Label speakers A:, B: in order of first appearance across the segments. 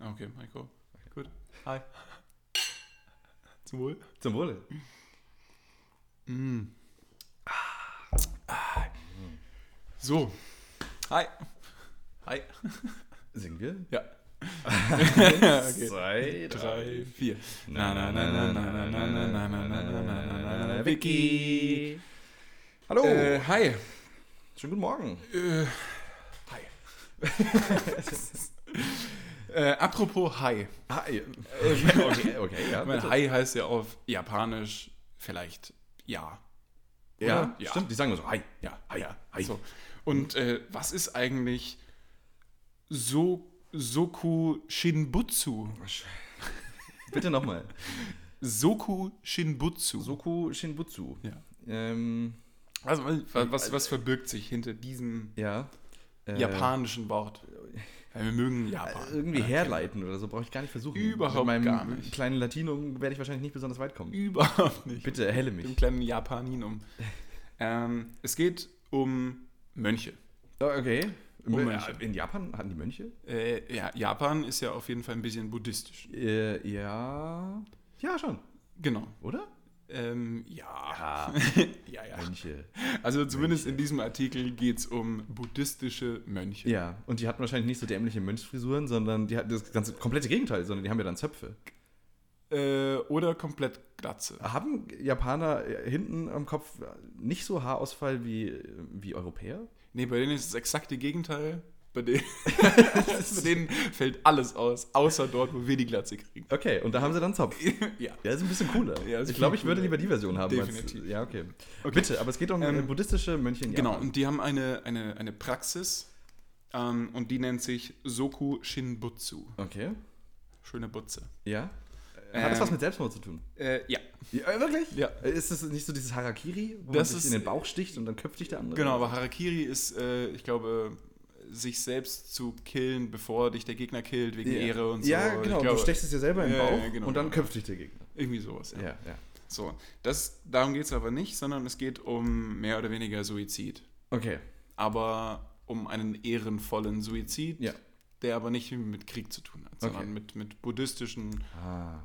A: Ah, Okay, Michael. Gut. Hi. Zum Wohl.
B: Zum Wohle.
A: So. Hi. Hi.
B: Singen wir?
A: Ja.
B: Eins, zwei,
A: Drei, vier.
B: Na, na, na, na, na, na, na, na, na, na, na, na, na, na, na, na, Vicky. Hallo.
A: Äh, hi.
B: Schönen guten Morgen.
A: Äh, hi. äh, apropos Hi.
B: Hi. Okay, okay, ja.
A: Ich meine,
B: bitte.
A: Hi heißt ja auf Japanisch vielleicht ja.
B: Ja,
A: Ja.
B: stimmt. Die sagen immer so, hi.
A: Ja,
B: Hi,
A: ja.
B: hi.
A: So. Und äh, was ist eigentlich so Soku Shinbutsu?
B: Bitte nochmal.
A: Soku Shinbutsu.
B: Soku Shinbutsu.
A: Ja.
B: Ähm,
A: Also, was, was, was verbirgt sich hinter diesem
B: ja. Äh,
A: japanischen Wort? Weil wir mögen Japan.
B: Irgendwie herleiten oder so brauche ich gar nicht versuchen.
A: Ah,
B: Mit
A: Überhaupt
B: meinem
A: gar nicht.
B: kleinen Latinum werde ich wahrscheinlich nicht besonders weit kommen.
A: Überhaupt nicht.
B: Bitte erhelle
A: Mit dem
B: mich.
A: kleinen Japaninum. um. ähm, es geht um Mönche.
B: Oh, Okay.
A: Um Mönche.
B: In Japan hatten die Mönche?
A: Äh, ja, Japan ist ja auf jeden Fall ein bisschen buddhistisch.
B: Äh, ja. Ja, schon.
A: Genau.
B: Oder?
A: Ähm, ja.
B: Ah,
A: ja, ja.
B: Mönche.
A: Also zumindest in diesem Artikel geht es um buddhistische Mönche.
B: Ja, und die hatten wahrscheinlich nicht so dämliche Mönchsfrisuren, sondern die hatten das ganze komplette Gegenteil, sondern die haben ja dann Zöpfe.
A: Äh, oder komplett Glatze.
B: Haben Japaner äh, hinten am Kopf nicht so Haarausfall wie, äh, wie Europäer?
A: Nee, bei denen ist das exakte Gegenteil. Bei denen, bei denen fällt alles aus, außer dort, wo wir die Glatze kriegen.
B: Okay, und da haben sie dann Zopf.
A: ja.
B: Ja, ist ein bisschen cooler.
A: Ja, ist
B: ich glaube,
A: viel
B: ich würde
A: cooler.
B: lieber die Version haben. als-
A: Definitiv.
B: ja, okay. Bitte, aber es geht um
A: Ähm,
B: ähm, buddhistische Mönche in
A: Genau,
B: Japan.
A: und die haben eine, eine, eine Praxis ähm, und die nennt sich Soku Shinbutsu.
B: Okay.
A: Schöne Butze.
B: Ja. Hat das was
A: genau. Ähm,
B: mit Selbstmord zu tun?
A: Äh, ja,
B: Ja, wirklich? Äh,
A: Ja.
B: Ist das nicht so dieses Harakiri, wo
A: Das
B: man sich
A: ist-
B: in den Bauch sticht und dann köpft dich der andere?
A: genau, aber Harakiri ist, äh, ich glaube, sich selbst zu killen, bevor dich der Gegner killt, wegen
B: ja.
A: Ehre und so.
B: Ja,
A: Ich
B: genau.
A: glaube,
B: du stechst es dir selber im
A: Ja, ja,
B: Bauch
A: genau.
B: und dann köpft dich der Gegner.
A: Irgendwie sowas, ja.
B: Ja, ja.
A: So, das, darum geht es aber nicht, sondern es geht um mehr oder weniger Suizid.
B: Okay.
A: Aber um einen ehrenvollen Suizid,
B: Ja.
A: der aber nicht mit Krieg zu tun hat, sondern
B: Okay.
A: mit, mit buddhistischen
B: Ah,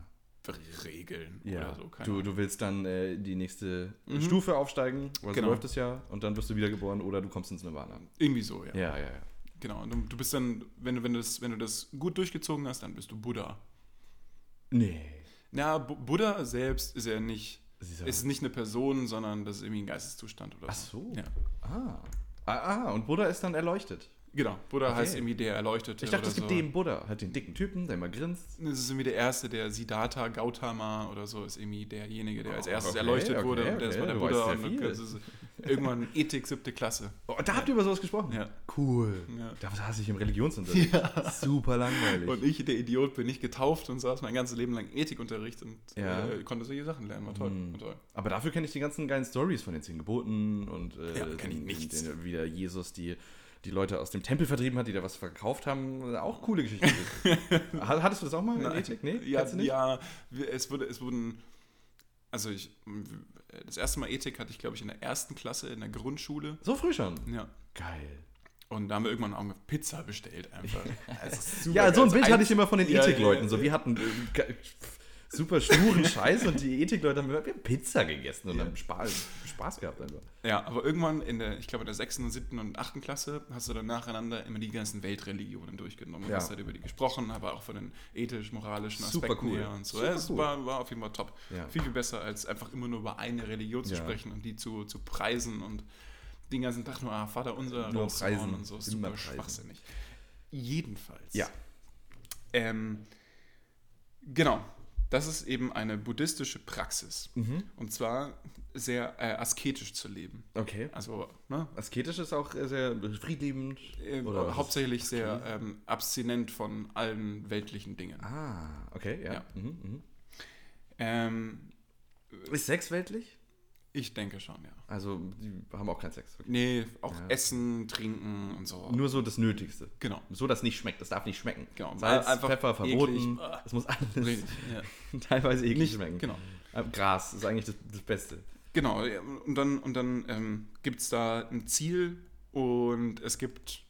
A: Regeln
B: ja.
A: oder so. keine
B: du,
A: Ahnung.
B: du willst dann äh, die nächste
A: Mhm.
B: Stufe aufsteigen, weil
A: Genau.
B: so läuft es ja, und dann wirst du wiedergeboren oder du kommst ins Nirvana.
A: Irgendwie so, ja.
B: Ja, ja, ja.
A: Genau. Und du- du bist dann, wenn du, wenn du das, wenn du das gut durchgezogen hast, dann bist du Buddha.
B: Nee.
A: Na, Bu- Buddha selbst ist ja nicht,
B: Das ist
A: ist,
B: ja-
A: nicht eine Person, sondern das ist irgendwie ein Geisteszustand oder
B: Ach so.
A: so. Ja.
B: Ah. Ah, ah, und Buddha ist dann erleuchtet.
A: Genau. Buddha
B: Okay.
A: heißt irgendwie der Erleuchtete.
B: Ich dachte,
A: oder
B: es gibt
A: so.
B: den Buddha, halt den dicken Typen, der immer grinst.
A: Es ist irgendwie der Erste, der Siddhartha Gautama oder so ist irgendwie derjenige, der als
B: Oh,
A: erstes
B: okay,
A: erleuchtet
B: okay,
A: wurde. und der ist
B: okay,
A: bei der
B: du
A: Buddha.
B: weißt
A: Und
B: sehr
A: dann-
B: viel.
A: das ist irgendwann Ethik, siebte Klasse.
B: Oh, da habt ihr über sowas gesprochen?
A: Ja.
B: Cool.
A: Ja.
B: Da saß ich im Religionsunterricht. Super langweilig.
A: Und ich, der Idiot, bin nicht getauft und saß mein ganzes Leben lang im Ethikunterricht und
B: Ja. Hm.
A: äh, konnte solche Sachen lernen. War toll. War toll.
B: Aber dafür kenne ich die ganzen geilen Stories von den zehn Geboten und äh,
A: Ja, kenn ich
B: den-
A: nichts.
B: Den, den, wieder Jesus, die die Leute aus dem Tempel vertrieben hat, die da was verkauft haben. Auch coole Geschichten. Hat- Hattest du das auch mal in E Ethik? Nee,
A: Ja,
B: Kennst du nicht?
A: ja wir- es, wurde, es wurden, also ich, das erste Mal Ethik hatte ich, glaube ich, in der ersten Klasse, in der Grundschule.
B: So früh schon.
A: Ja.
B: Geil.
A: Und da haben wir irgendwann auch Pizza bestellt einfach. Also super
B: Ja,
A: geil.
B: so ein
A: Also
B: Bild hatte ich immer von den
A: Ja, ja,
B: Ethikleuten.
A: ja.
B: So, wir hatten äh, ge- super schwuren Scheiß und die E Ethikleute haben wir haben Pizza gegessen und haben Spaß, Spaß gehabt einfach.
A: Ja, aber irgendwann in der, ich glaube in der sechsten und siebten und achten Klasse hast du dann nacheinander immer die ganzen Weltreligionen durchgenommen und
B: Ja.
A: hast halt über die gesprochen, aber auch von den ethisch-moralischen
B: Super
A: Aspekten
B: cool.
A: her und so.
B: Super
A: ja, es
B: cool.
A: war, war auf jeden Fall top.
B: Ja.
A: Viel, viel besser, als einfach immer nur über eine Religion zu
B: Ja.
A: sprechen und die zu, zu preisen und den ganzen Tag nur, ah, Vater unser
B: Nur
A: rauszuhauen
B: preisen,
A: und so.
B: immer
A: Super
B: preisen.
A: schwachsinnig. Jedenfalls.
B: Ja.
A: Ähm, genau. Das ist eben eine buddhistische Praxis.
B: Mhm.
A: Und zwar sehr äh, asketisch zu leben.
B: Okay.
A: Also, ne?
B: Asketisch ist auch äh, sehr friedliebend.
A: äh,
B: Oder was ist-
A: hauptsächlich sehr ähm, abstinent von allen weltlichen Dingen.
B: Ah, okay, ja.
A: Ja.
B: Mhm, mhm.
A: Ähm,
B: Ist Sex weltlich?
A: ich denke schon, ja.
B: Also, die haben auch keinen Sex. Okay.
A: Nee, auch
B: Ja.
A: Essen, Trinken und so.
B: Nur so das Nötigste.
A: Genau.
B: So, dass nicht schmeckt. Das darf nicht schmecken.
A: Genau,
B: Salz,
A: weil einfach
B: Pfeffer verboten.
A: eklig.
B: Es muss alles
A: Richtig, ja.
B: teilweise eklig
A: Nicht,
B: schmecken.
A: genau.
B: Ähm, Gras ist eigentlich das, das Beste.
A: Genau, ja, und dann, und dann ähm, gibt es da ein Ziel und es gibt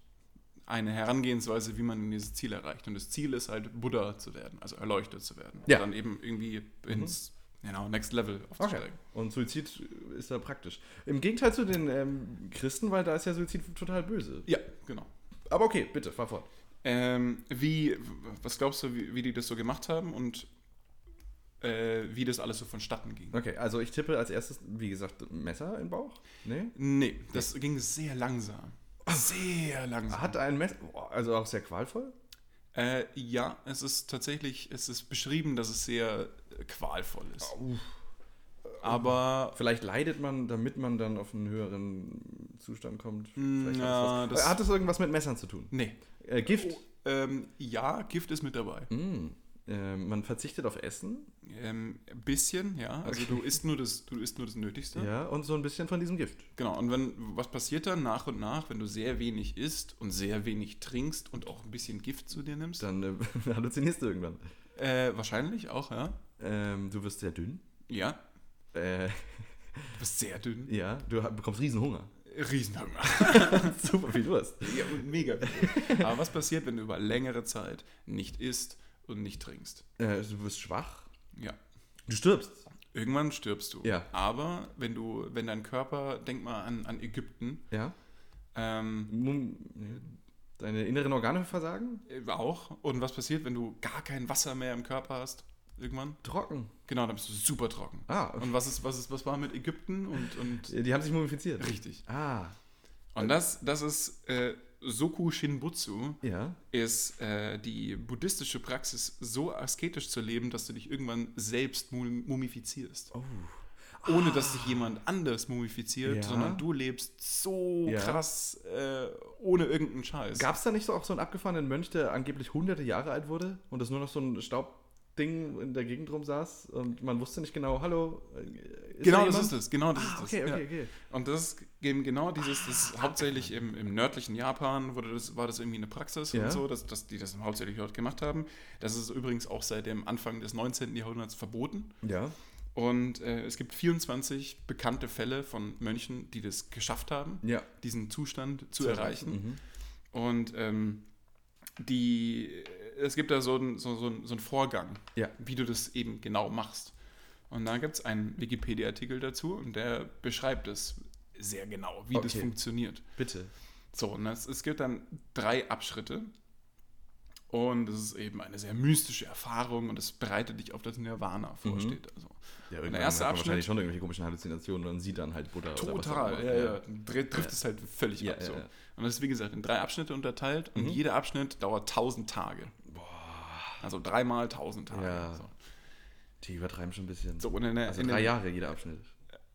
A: eine Herangehensweise, wie man dieses Ziel erreicht. Und das Ziel ist halt, Buddha zu werden, also erleuchtet zu werden.
B: Ja. Mhm.
A: Und dann eben irgendwie ins genau, Next Level
B: Okay.
A: aufzusteigen.
B: Und Suizid ist da praktisch. Im Gegenteil zu den ähm, Christen, weil da ist ja Suizid total böse.
A: Ja, genau.
B: Aber okay, bitte, fahr fort.
A: Ähm, wie, was glaubst du, wie, wie die das so gemacht haben und äh, wie das alles so vonstatten ging?
B: Okay, also ich tippe als erstes, wie gesagt, Messer im Bauch. Nee?
A: Nee, das ging sehr langsam. Sehr langsam.
B: Hat ein Messer, boah, also auch sehr qualvoll.
A: Äh, ja, es ist tatsächlich, es ist beschrieben, dass es sehr äh, qualvoll ist. Aber
B: Vielleicht leidet man, damit man dann auf einen höheren Zustand kommt.
A: Mm,
B: Vielleicht
A: ja,
B: hat, es was.
A: das-
B: hat es irgendwas mit Messern zu tun?
A: nee.
B: Äh, Gift.
A: Ähm, ja, Gift ist mit dabei.
B: Mm. Äh, man verzichtet auf Essen.
A: Ähm, ein bisschen, ja. Also
B: Okay.
A: du isst nur das, du isst nur das Nötigste.
B: Ja, und so ein bisschen von diesem Gift.
A: Genau. Und wenn was passiert dann nach und nach, wenn du sehr wenig isst und sehr wenig trinkst und auch ein bisschen Gift zu dir nimmst?
B: Dann äh, halluzinierst du irgendwann.
A: Äh, wahrscheinlich auch, ja.
B: Ähm, du wirst sehr dünn.
A: Ja.
B: Äh,
A: Du bist sehr dünn.
B: ja, du ha- bekommst Riesenhunger.
A: Riesenhunger.
B: Super viel Durst.
A: Ja, und mega. Aber was passiert, wenn du über längere Zeit nicht isst und nicht trinkst?
B: Äh, du wirst schwach.
A: Ja.
B: Du stirbst.
A: Irgendwann stirbst du.
B: Ja.
A: Aber wenn du, wenn dein Körper, denk mal an, an Ägypten,
B: Ja.
A: ähm,
B: Mum- nee. Deine inneren Organe versagen?
A: äh, auch. Und was passiert, wenn du gar kein Wasser mehr im Körper hast? Irgendwann?
B: Trocken.
A: Genau, dann bist du super trocken.
B: Ah,
A: Und was ist, was ist, was war mit Ägypten und, und
B: die haben sich mumifiziert.
A: richtig.
B: Ah,
A: Und das, das ist äh, Soku Shinbutsu,
B: ja.
A: ist äh, die buddhistische Praxis, so asketisch zu leben, dass du dich irgendwann selbst mu- mumifizierst. Ohne dass dich jemand anders mumifiziert,
B: Ah. Ja.
A: sondern du lebst so
B: Ja.
A: krass äh, ohne irgendeinen Scheiß.
B: Gab es da nicht so auch so einen abgefahrenen Mönch, der angeblich hunderte Jahre alt wurde und das nur noch so ein Staubding in der Gegend rum saß und man wusste nicht genau, hallo, äh, ist
A: genau
B: da
A: das
B: jemand?
A: ist es. Genau das ist
B: Ah,
A: es.
B: okay,
A: ja.
B: okay, Ah. okay.
A: Und das ist eben genau dieses, das ist hauptsächlich im, im nördlichen Japan wurde das, war das irgendwie eine Praxis
B: Ja.
A: und so, dass, dass die das hauptsächlich dort gemacht haben. Das ist übrigens auch seit dem Anfang des 19. Jahrhunderts verboten.
B: Ja.
A: Und äh, es gibt 24 bekannte Fälle von Mönchen, die das geschafft haben,
B: Ja. Mhm.
A: diesen Zustand zu erreichen. Und ähm, die, äh, es gibt da so einen so, so, einen- so einen Vorgang,
B: Ja.
A: wie du das eben genau machst. Und da gibt es einen Wikipedia-Artikel dazu und der beschreibt es sehr genau, wie das
B: Okay.
A: funktioniert.
B: Bitte.
A: So, und es, es gibt dann drei Abschritte. Und es ist eben eine sehr mystische Erfahrung und es bereitet dich auf das Nirvana vor,
B: Mhm.
A: steht also.
B: Ja,
A: irgendwann erste hat man wahrscheinlich Abschnitt-
B: schon irgendwelche komischen Halluzinationen und dann sieht dann halt Buddha
A: Total, ja, ja. Dre- Trifft es halt völlig
B: Ja,
A: ab. So.
B: ja, Mhm. ja.
A: Und das ist, wie gesagt, in drei Abschnitte unterteilt und jeder Abschnitt dauert 1000 Tage. Also dreimal 1000 Tage.
B: Ja.
A: So.
B: Die übertreiben schon ein bisschen.
A: so, und in der,
B: also
A: in
B: drei
A: dem-
B: Jahre jeder Abschnitt.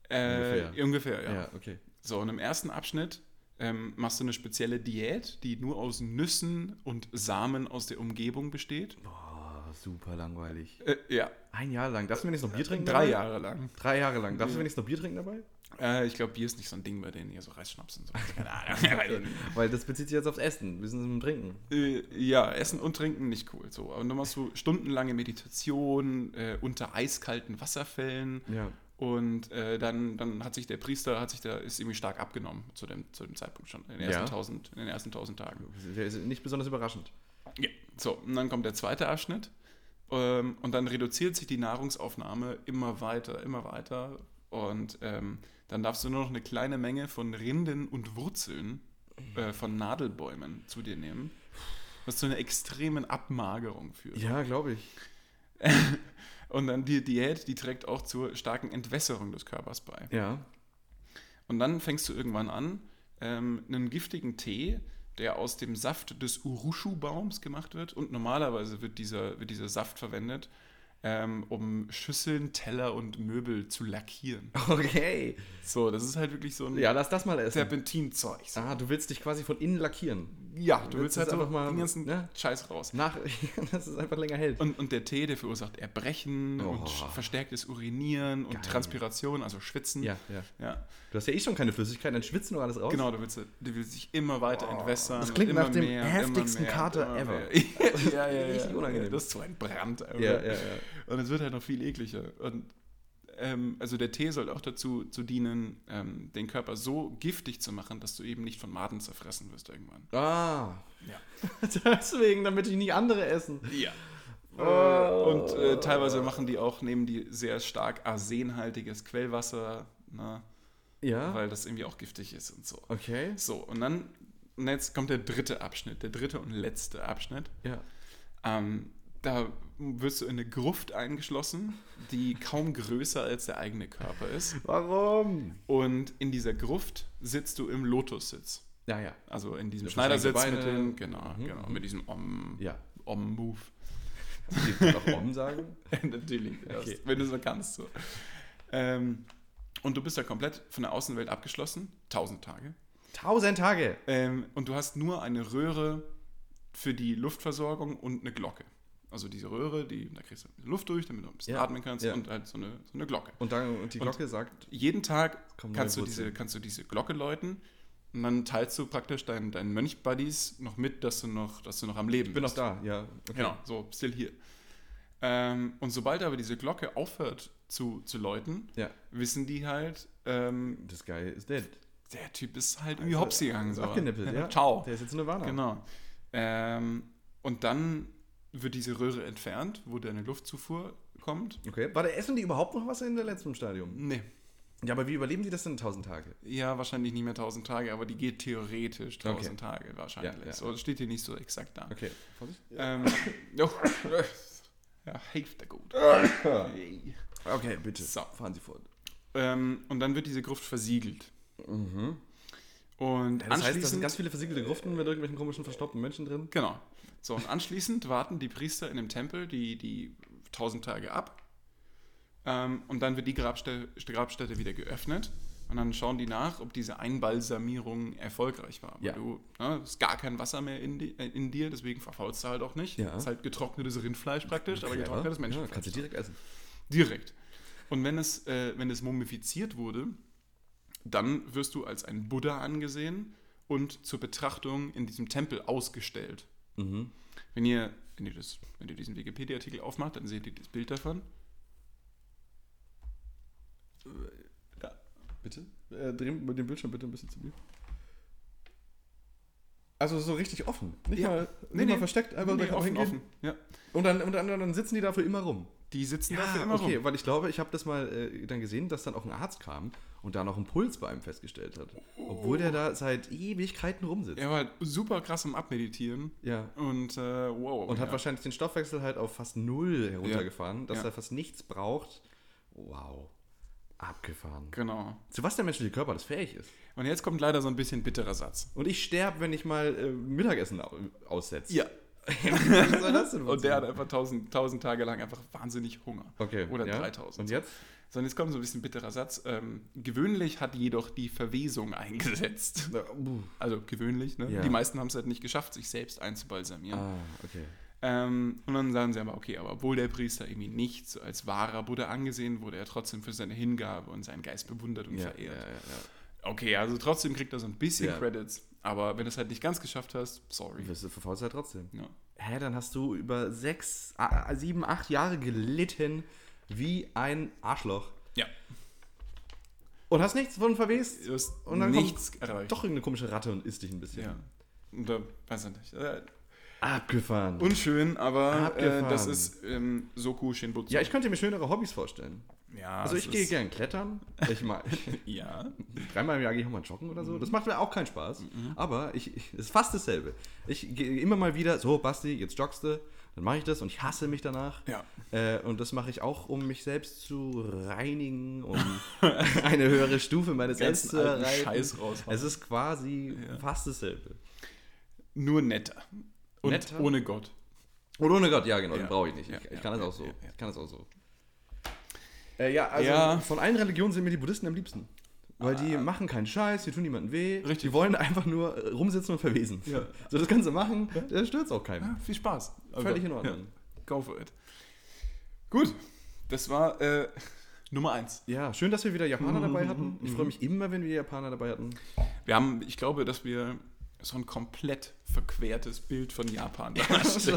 A: Äh,
B: ungefähr.
A: ungefähr. ja.
B: okay.
A: So, und im ersten Abschnitt ähm, machst du eine spezielle Diät, die nur aus Nüssen und Samen aus der Umgebung besteht.
B: Boah, Ah, super langweilig.
A: Äh, ja,
B: Ein Jahr lang. Darfst du wenigstens noch Bier trinken? dabei?
A: drei Jahre lang.
B: Drei Jahre lang. Darfst du wenigstens noch Bier trinken dabei?
A: Äh, ich glaube, Bier ist nicht so ein Ding bei denen, hier so Reisschnaps und so. Keine Ahnung.
B: Weil das bezieht sich jetzt aufs Essen. Wir sind im Trinken.
A: Äh, ja, Essen und Trinken nicht cool. So. Und dann machst du stundenlange Meditation äh, unter eiskalten Wasserfällen.
B: Ja.
A: Und äh, dann, dann hat sich der Priester, hat sich da, ist irgendwie stark abgenommen zu dem, zu dem Zeitpunkt schon, in den,
B: Ja.
A: ersten tausend, in den ersten tausend Tagen.
B: Der ist nicht besonders überraschend.
A: Ja. So, und dann kommt der zweite Abschnitt. Ähm, und dann reduziert sich die Nahrungsaufnahme immer weiter, immer weiter. Und ähm, dann darfst du nur noch eine kleine Menge von Rinden und Wurzeln äh, von Nadelbäumen zu dir nehmen. Was zu einer extremen Abmagerung führt.
B: Ja, glaube ich.
A: Und dann die Diät, die trägt auch zur starken Entwässerung des Körpers bei.
B: Ja.
A: Und dann fängst du irgendwann an, ähm, einen giftigen Tee, der aus dem Saft des Urushu-Baums gemacht wird. Und normalerweise wird dieser, wird dieser Saft verwendet, ähm, um Schüsseln, Teller und Möbel zu lackieren.
B: Okay.
A: So, das ist halt wirklich so ein
B: Ja, lass das mal essen.
A: Serpentinzeug.
B: Ah, du willst dich quasi von innen lackieren.
A: Ja, du willst
B: Das
A: halt
B: ist
A: so
B: einfach mal-
A: den ganzen
B: ne?
A: Scheiß raus.
B: Nach, dass es einfach länger hält.
A: Und, und der Tee, der verursacht Erbrechen
B: Oh.
A: und sch- verstärktes Urinieren und
B: Geil.
A: Transpiration, also Schwitzen.
B: Ja, ja.
A: ja.
B: Du hast ja eh schon keine Flüssigkeit, dann schwitzt nur alles raus.
A: Genau, du willst, du willst dich immer weiter entwässern.
B: Das
A: und
B: klingt
A: immer
B: nach dem
A: mehr, immer
B: heftigsten
A: mehr,
B: Kater
A: immer
B: ever.
A: mehr. ja, ja, ja,
B: Richtig
A: ja.
B: unangenehm.
A: Das ist so ein Brand. Alter.
B: Ja, ja, ja.
A: Und es wird halt noch viel ekliger. Und ähm, also der Tee soll auch dazu zu dienen, ähm, den Körper so giftig zu machen, dass du eben nicht von Maden zerfressen wirst irgendwann.
B: Ah.
A: Ja.
B: Deswegen, damit ich nicht andere essen. Oh.
A: Ja. Und äh, teilweise machen die auch, nehmen die sehr stark arsenhaltiges Quellwasser, ne,
B: Ja.
A: weil das irgendwie auch giftig ist und so.
B: Ah. okay.
A: So, und dann, und jetzt kommt der dritte Abschnitt, der dritte und letzte Abschnitt.
B: Ja.
A: Ähm, da wirst du in eine Gruft eingeschlossen, die kaum größer als der eigene Körper ist.
B: Warum?
A: Und in dieser Gruft sitzt du im Lotussitz.
B: Ja, ja.
A: Also in diesem
B: Ja,
A: Schneidersitz
B: verschränkte
A: mit
B: Beine.
A: dem, genau,
B: Mhm,
A: genau,
B: mhm.
A: mit diesem Om,
B: Ja.
A: Om-Move.
B: Die kann doch Om sagen.
A: Natürlich, erst,
B: Okay.
A: wenn du so kannst. So. Ähm, und du bist da komplett von der Außenwelt abgeschlossen, tausend Tage.
B: Tausend Tage.
A: Ähm, und du hast nur eine Röhre für die Luftversorgung und eine Glocke. Also diese Röhre, die, da kriegst du Luft durch, damit du ein bisschen
B: Ja,
A: atmen kannst
B: ja.
A: und halt so eine, so eine Glocke.
B: Und dann und die Glocke sagt,
A: Jeden Tag
B: Kommen
A: kannst du,
B: neue
A: diese,
B: Wurzeln.
A: kannst du diese Glocke läuten und dann teilst du praktisch deinen, deinen Mönch-Buddies noch mit, dass du noch, dass du noch am Leben
B: ich bin noch
A: bist.
B: da. Ja. Okay.
A: Genau, so, still hier. Ähm, und sobald aber diese Glocke aufhört zu, zu läuten,
B: Ja.
A: wissen die halt, ähm,
B: This guy is dead.
A: der Typ ist halt irgendwie hops gegangen.
B: Ist
A: So.
B: Also Abgenippelt, ja.
A: Ciao.
B: Der ist jetzt in Nirvana.
A: Genau. Ähm, und dann wird diese Röhre entfernt, wo deine Luftzufuhr kommt.
B: Okay. Warte, essen die überhaupt noch was in der letzten Stadium?
A: Nee,
B: Ja, aber wie überleben die das denn in tausend Tage?
A: ja, wahrscheinlich nicht mehr 1000 Tage, aber die geht theoretisch 1000 Tage wahrscheinlich.
B: Ja, ja.
A: So, das steht hier nicht so exakt da.
B: Okay. Vorsicht.
A: Ähm, oh, ja, hilft der gut.
B: Okay, bitte.
A: So.
B: Fahren Sie fort.
A: Ähm, und dann wird diese Gruft versiegelt. Und
B: Mhm. Das heißt, da sind
A: anschließend,
B: ganz viele versiegelte Gruften mit irgendwelchen komischen verstoppten Menschen drin.
A: genau. So, und anschließend warten die Priester in dem Tempel die, die 1000 Tage ab. Ähm, und dann wird die Grabstätte, Grabstätte wieder geöffnet. Und dann schauen die nach, ob diese Einbalsamierung erfolgreich war. Weil
B: Ja.
A: Du ne, ist gar kein Wasser mehr in, di äh, in dir, deswegen verfaulst du halt auch nicht.
B: Ja.
A: Ist halt getrocknetes Rindfleisch praktisch, aber getrocknetes
B: Ja,
A: Menschenfleisch.
B: kannst du direkt essen.
A: Direkt. Und wenn es, äh, wenn es mumifiziert wurde, dann wirst du als ein Buddha angesehen und zur Betrachtung in diesem Tempel ausgestellt. Wenn ihr, wenn ihr, das, wenn ihr diesen Wikipedia-Artikel aufmacht, dann seht ihr das Bild davon.
B: Äh, Bitte? Äh, dreh mit dem Bildschirm bitte ein bisschen zu mir. Also so richtig offen. Nicht
A: Ja.
B: mal, nicht
A: Nee, nee.
B: mal versteckt, einfach
A: Nee,
B: da kann man hingehen.
A: Ja.
B: Und, dann, und dann, dann sitzen die dafür immer rum.
A: Die sitzen dafür
B: Ah,
A: immer
B: okay,
A: rum.
B: weil ich glaube, ich habe das mal äh, dann gesehen, dass dann auch ein Arzt kam und da noch einen Puls bei einem festgestellt hat. Obwohl der da seit Ewigkeiten rumsitzt.
A: Er war halt super krass am Abmeditieren
B: ja.
A: und äh, wow.
B: Und
A: ja.
B: hat wahrscheinlich den Stoffwechsel halt auf fast null heruntergefahren, dass
A: Ja.
B: er fast nichts braucht. Wow. Abgefahren.
A: Genau.
B: Zu was der menschliche Körper das fähig ist.
A: Und jetzt kommt leider so ein bisschen bitterer Satz.
B: Und ich sterbe, wenn ich mal äh, Mittagessen au- aussetze.
A: Ja.
B: Was soll das denn?
A: Und der hat einfach tausend, tausend Tage lang einfach wahnsinnig Hunger.
B: Okay.
A: Oder
B: ja.
A: 3000.
B: Und jetzt?
A: Sondern jetzt kommt so ein bisschen bitterer Satz. Ähm, gewöhnlich hat jedoch die Verwesung eingesetzt.
B: Na, uh.
A: Also gewöhnlich, ne?
B: Ja.
A: Die meisten haben es halt nicht geschafft, sich selbst einzubalsamieren.
B: Ah, okay.
A: Ähm, und dann sagen sie aber, okay, aber obwohl der Priester irgendwie nicht so als wahrer Buddha angesehen wurde, er trotzdem für seine Hingabe und seinen Geist bewundert und
B: Ja, ja,
A: verehrt.
B: ja,
A: Okay, also trotzdem kriegt er so ein bisschen
B: Ja.
A: Credits, aber wenn du es halt nicht ganz geschafft hast,
B: ja.
A: sorry.
B: Wirst du verfaulst halt trotzdem.
A: Ja.
B: Hä, dann hast du über sechs, a- sieben, acht Jahre gelitten wie ein Arschloch.
A: ja.
B: Und hast nichts von verwest.
A: Du hast
B: Und dann kommt
A: nichts erreicht.
B: Doch irgendeine komische Ratte und isst dich ein bisschen.
A: Ja. Und da, weiß ich nicht. Äh,
B: Abgefahren.
A: Unschön, aber äh,
B: Abgefahren.
A: das ist ähm, Soku Shinbutsu.
B: ja, ich könnte mir schönere Hobbys vorstellen.
A: Ja,
B: Also
A: Ah, es
B: ich gehe
A: ist-
B: gern klettern. Ich mag
A: Ja.
B: dreimal im Jahr gehe ich auch mal joggen oder so.
A: Mhm.
B: Das macht mir auch keinen Spaß. Aber ich, ich, es ist fast dasselbe. Ich gehe immer mal wieder, so Basti, jetzt joggst du. Dann mache ich das und ich hasse mich danach.
A: Ja.
B: Äh, und das mache ich auch, um mich selbst zu reinigen, um eine höhere Stufe meines Selbst
A: Ganzen
B: zu
A: alten
B: erreichen.
A: Scheiß raushauen.
B: Es ist quasi fast dasselbe.
A: Nur netter. Und
B: Netter?
A: ohne Gott.
B: Und ohne Gott, ja genau,
A: Ja.
B: den brauche ich nicht.
A: Ja,
B: ich,
A: ja,
B: ich kann das
A: ja,
B: auch so.
A: ja, ja.
B: Ich kann das auch so. Äh, ja, also
A: Ja. Ah.
B: von allen Religionen sind mir die Buddhisten am liebsten. Weil die machen keinen Scheiß, die tun niemandem weh.
A: Richtig.
B: Die wollen einfach nur äh, rumsitzen und verwesen.
A: Ja.
B: So das Ganze machen, da stört's auch keinen.
A: Ja, Ah. viel Spaß.
B: Völlig in Ordnung.
A: Also, Ja. Go for it. Gut, das war äh, Nummer eins.
B: Ja, schön,
A: Mhm.
B: dass wir wieder Japaner dabei hatten. Ich freue mich immer, wenn wir Japaner dabei hatten.
A: Wir haben, ich glaube, dass wir so ein komplett verquertes Bild von Japan
B: Das ist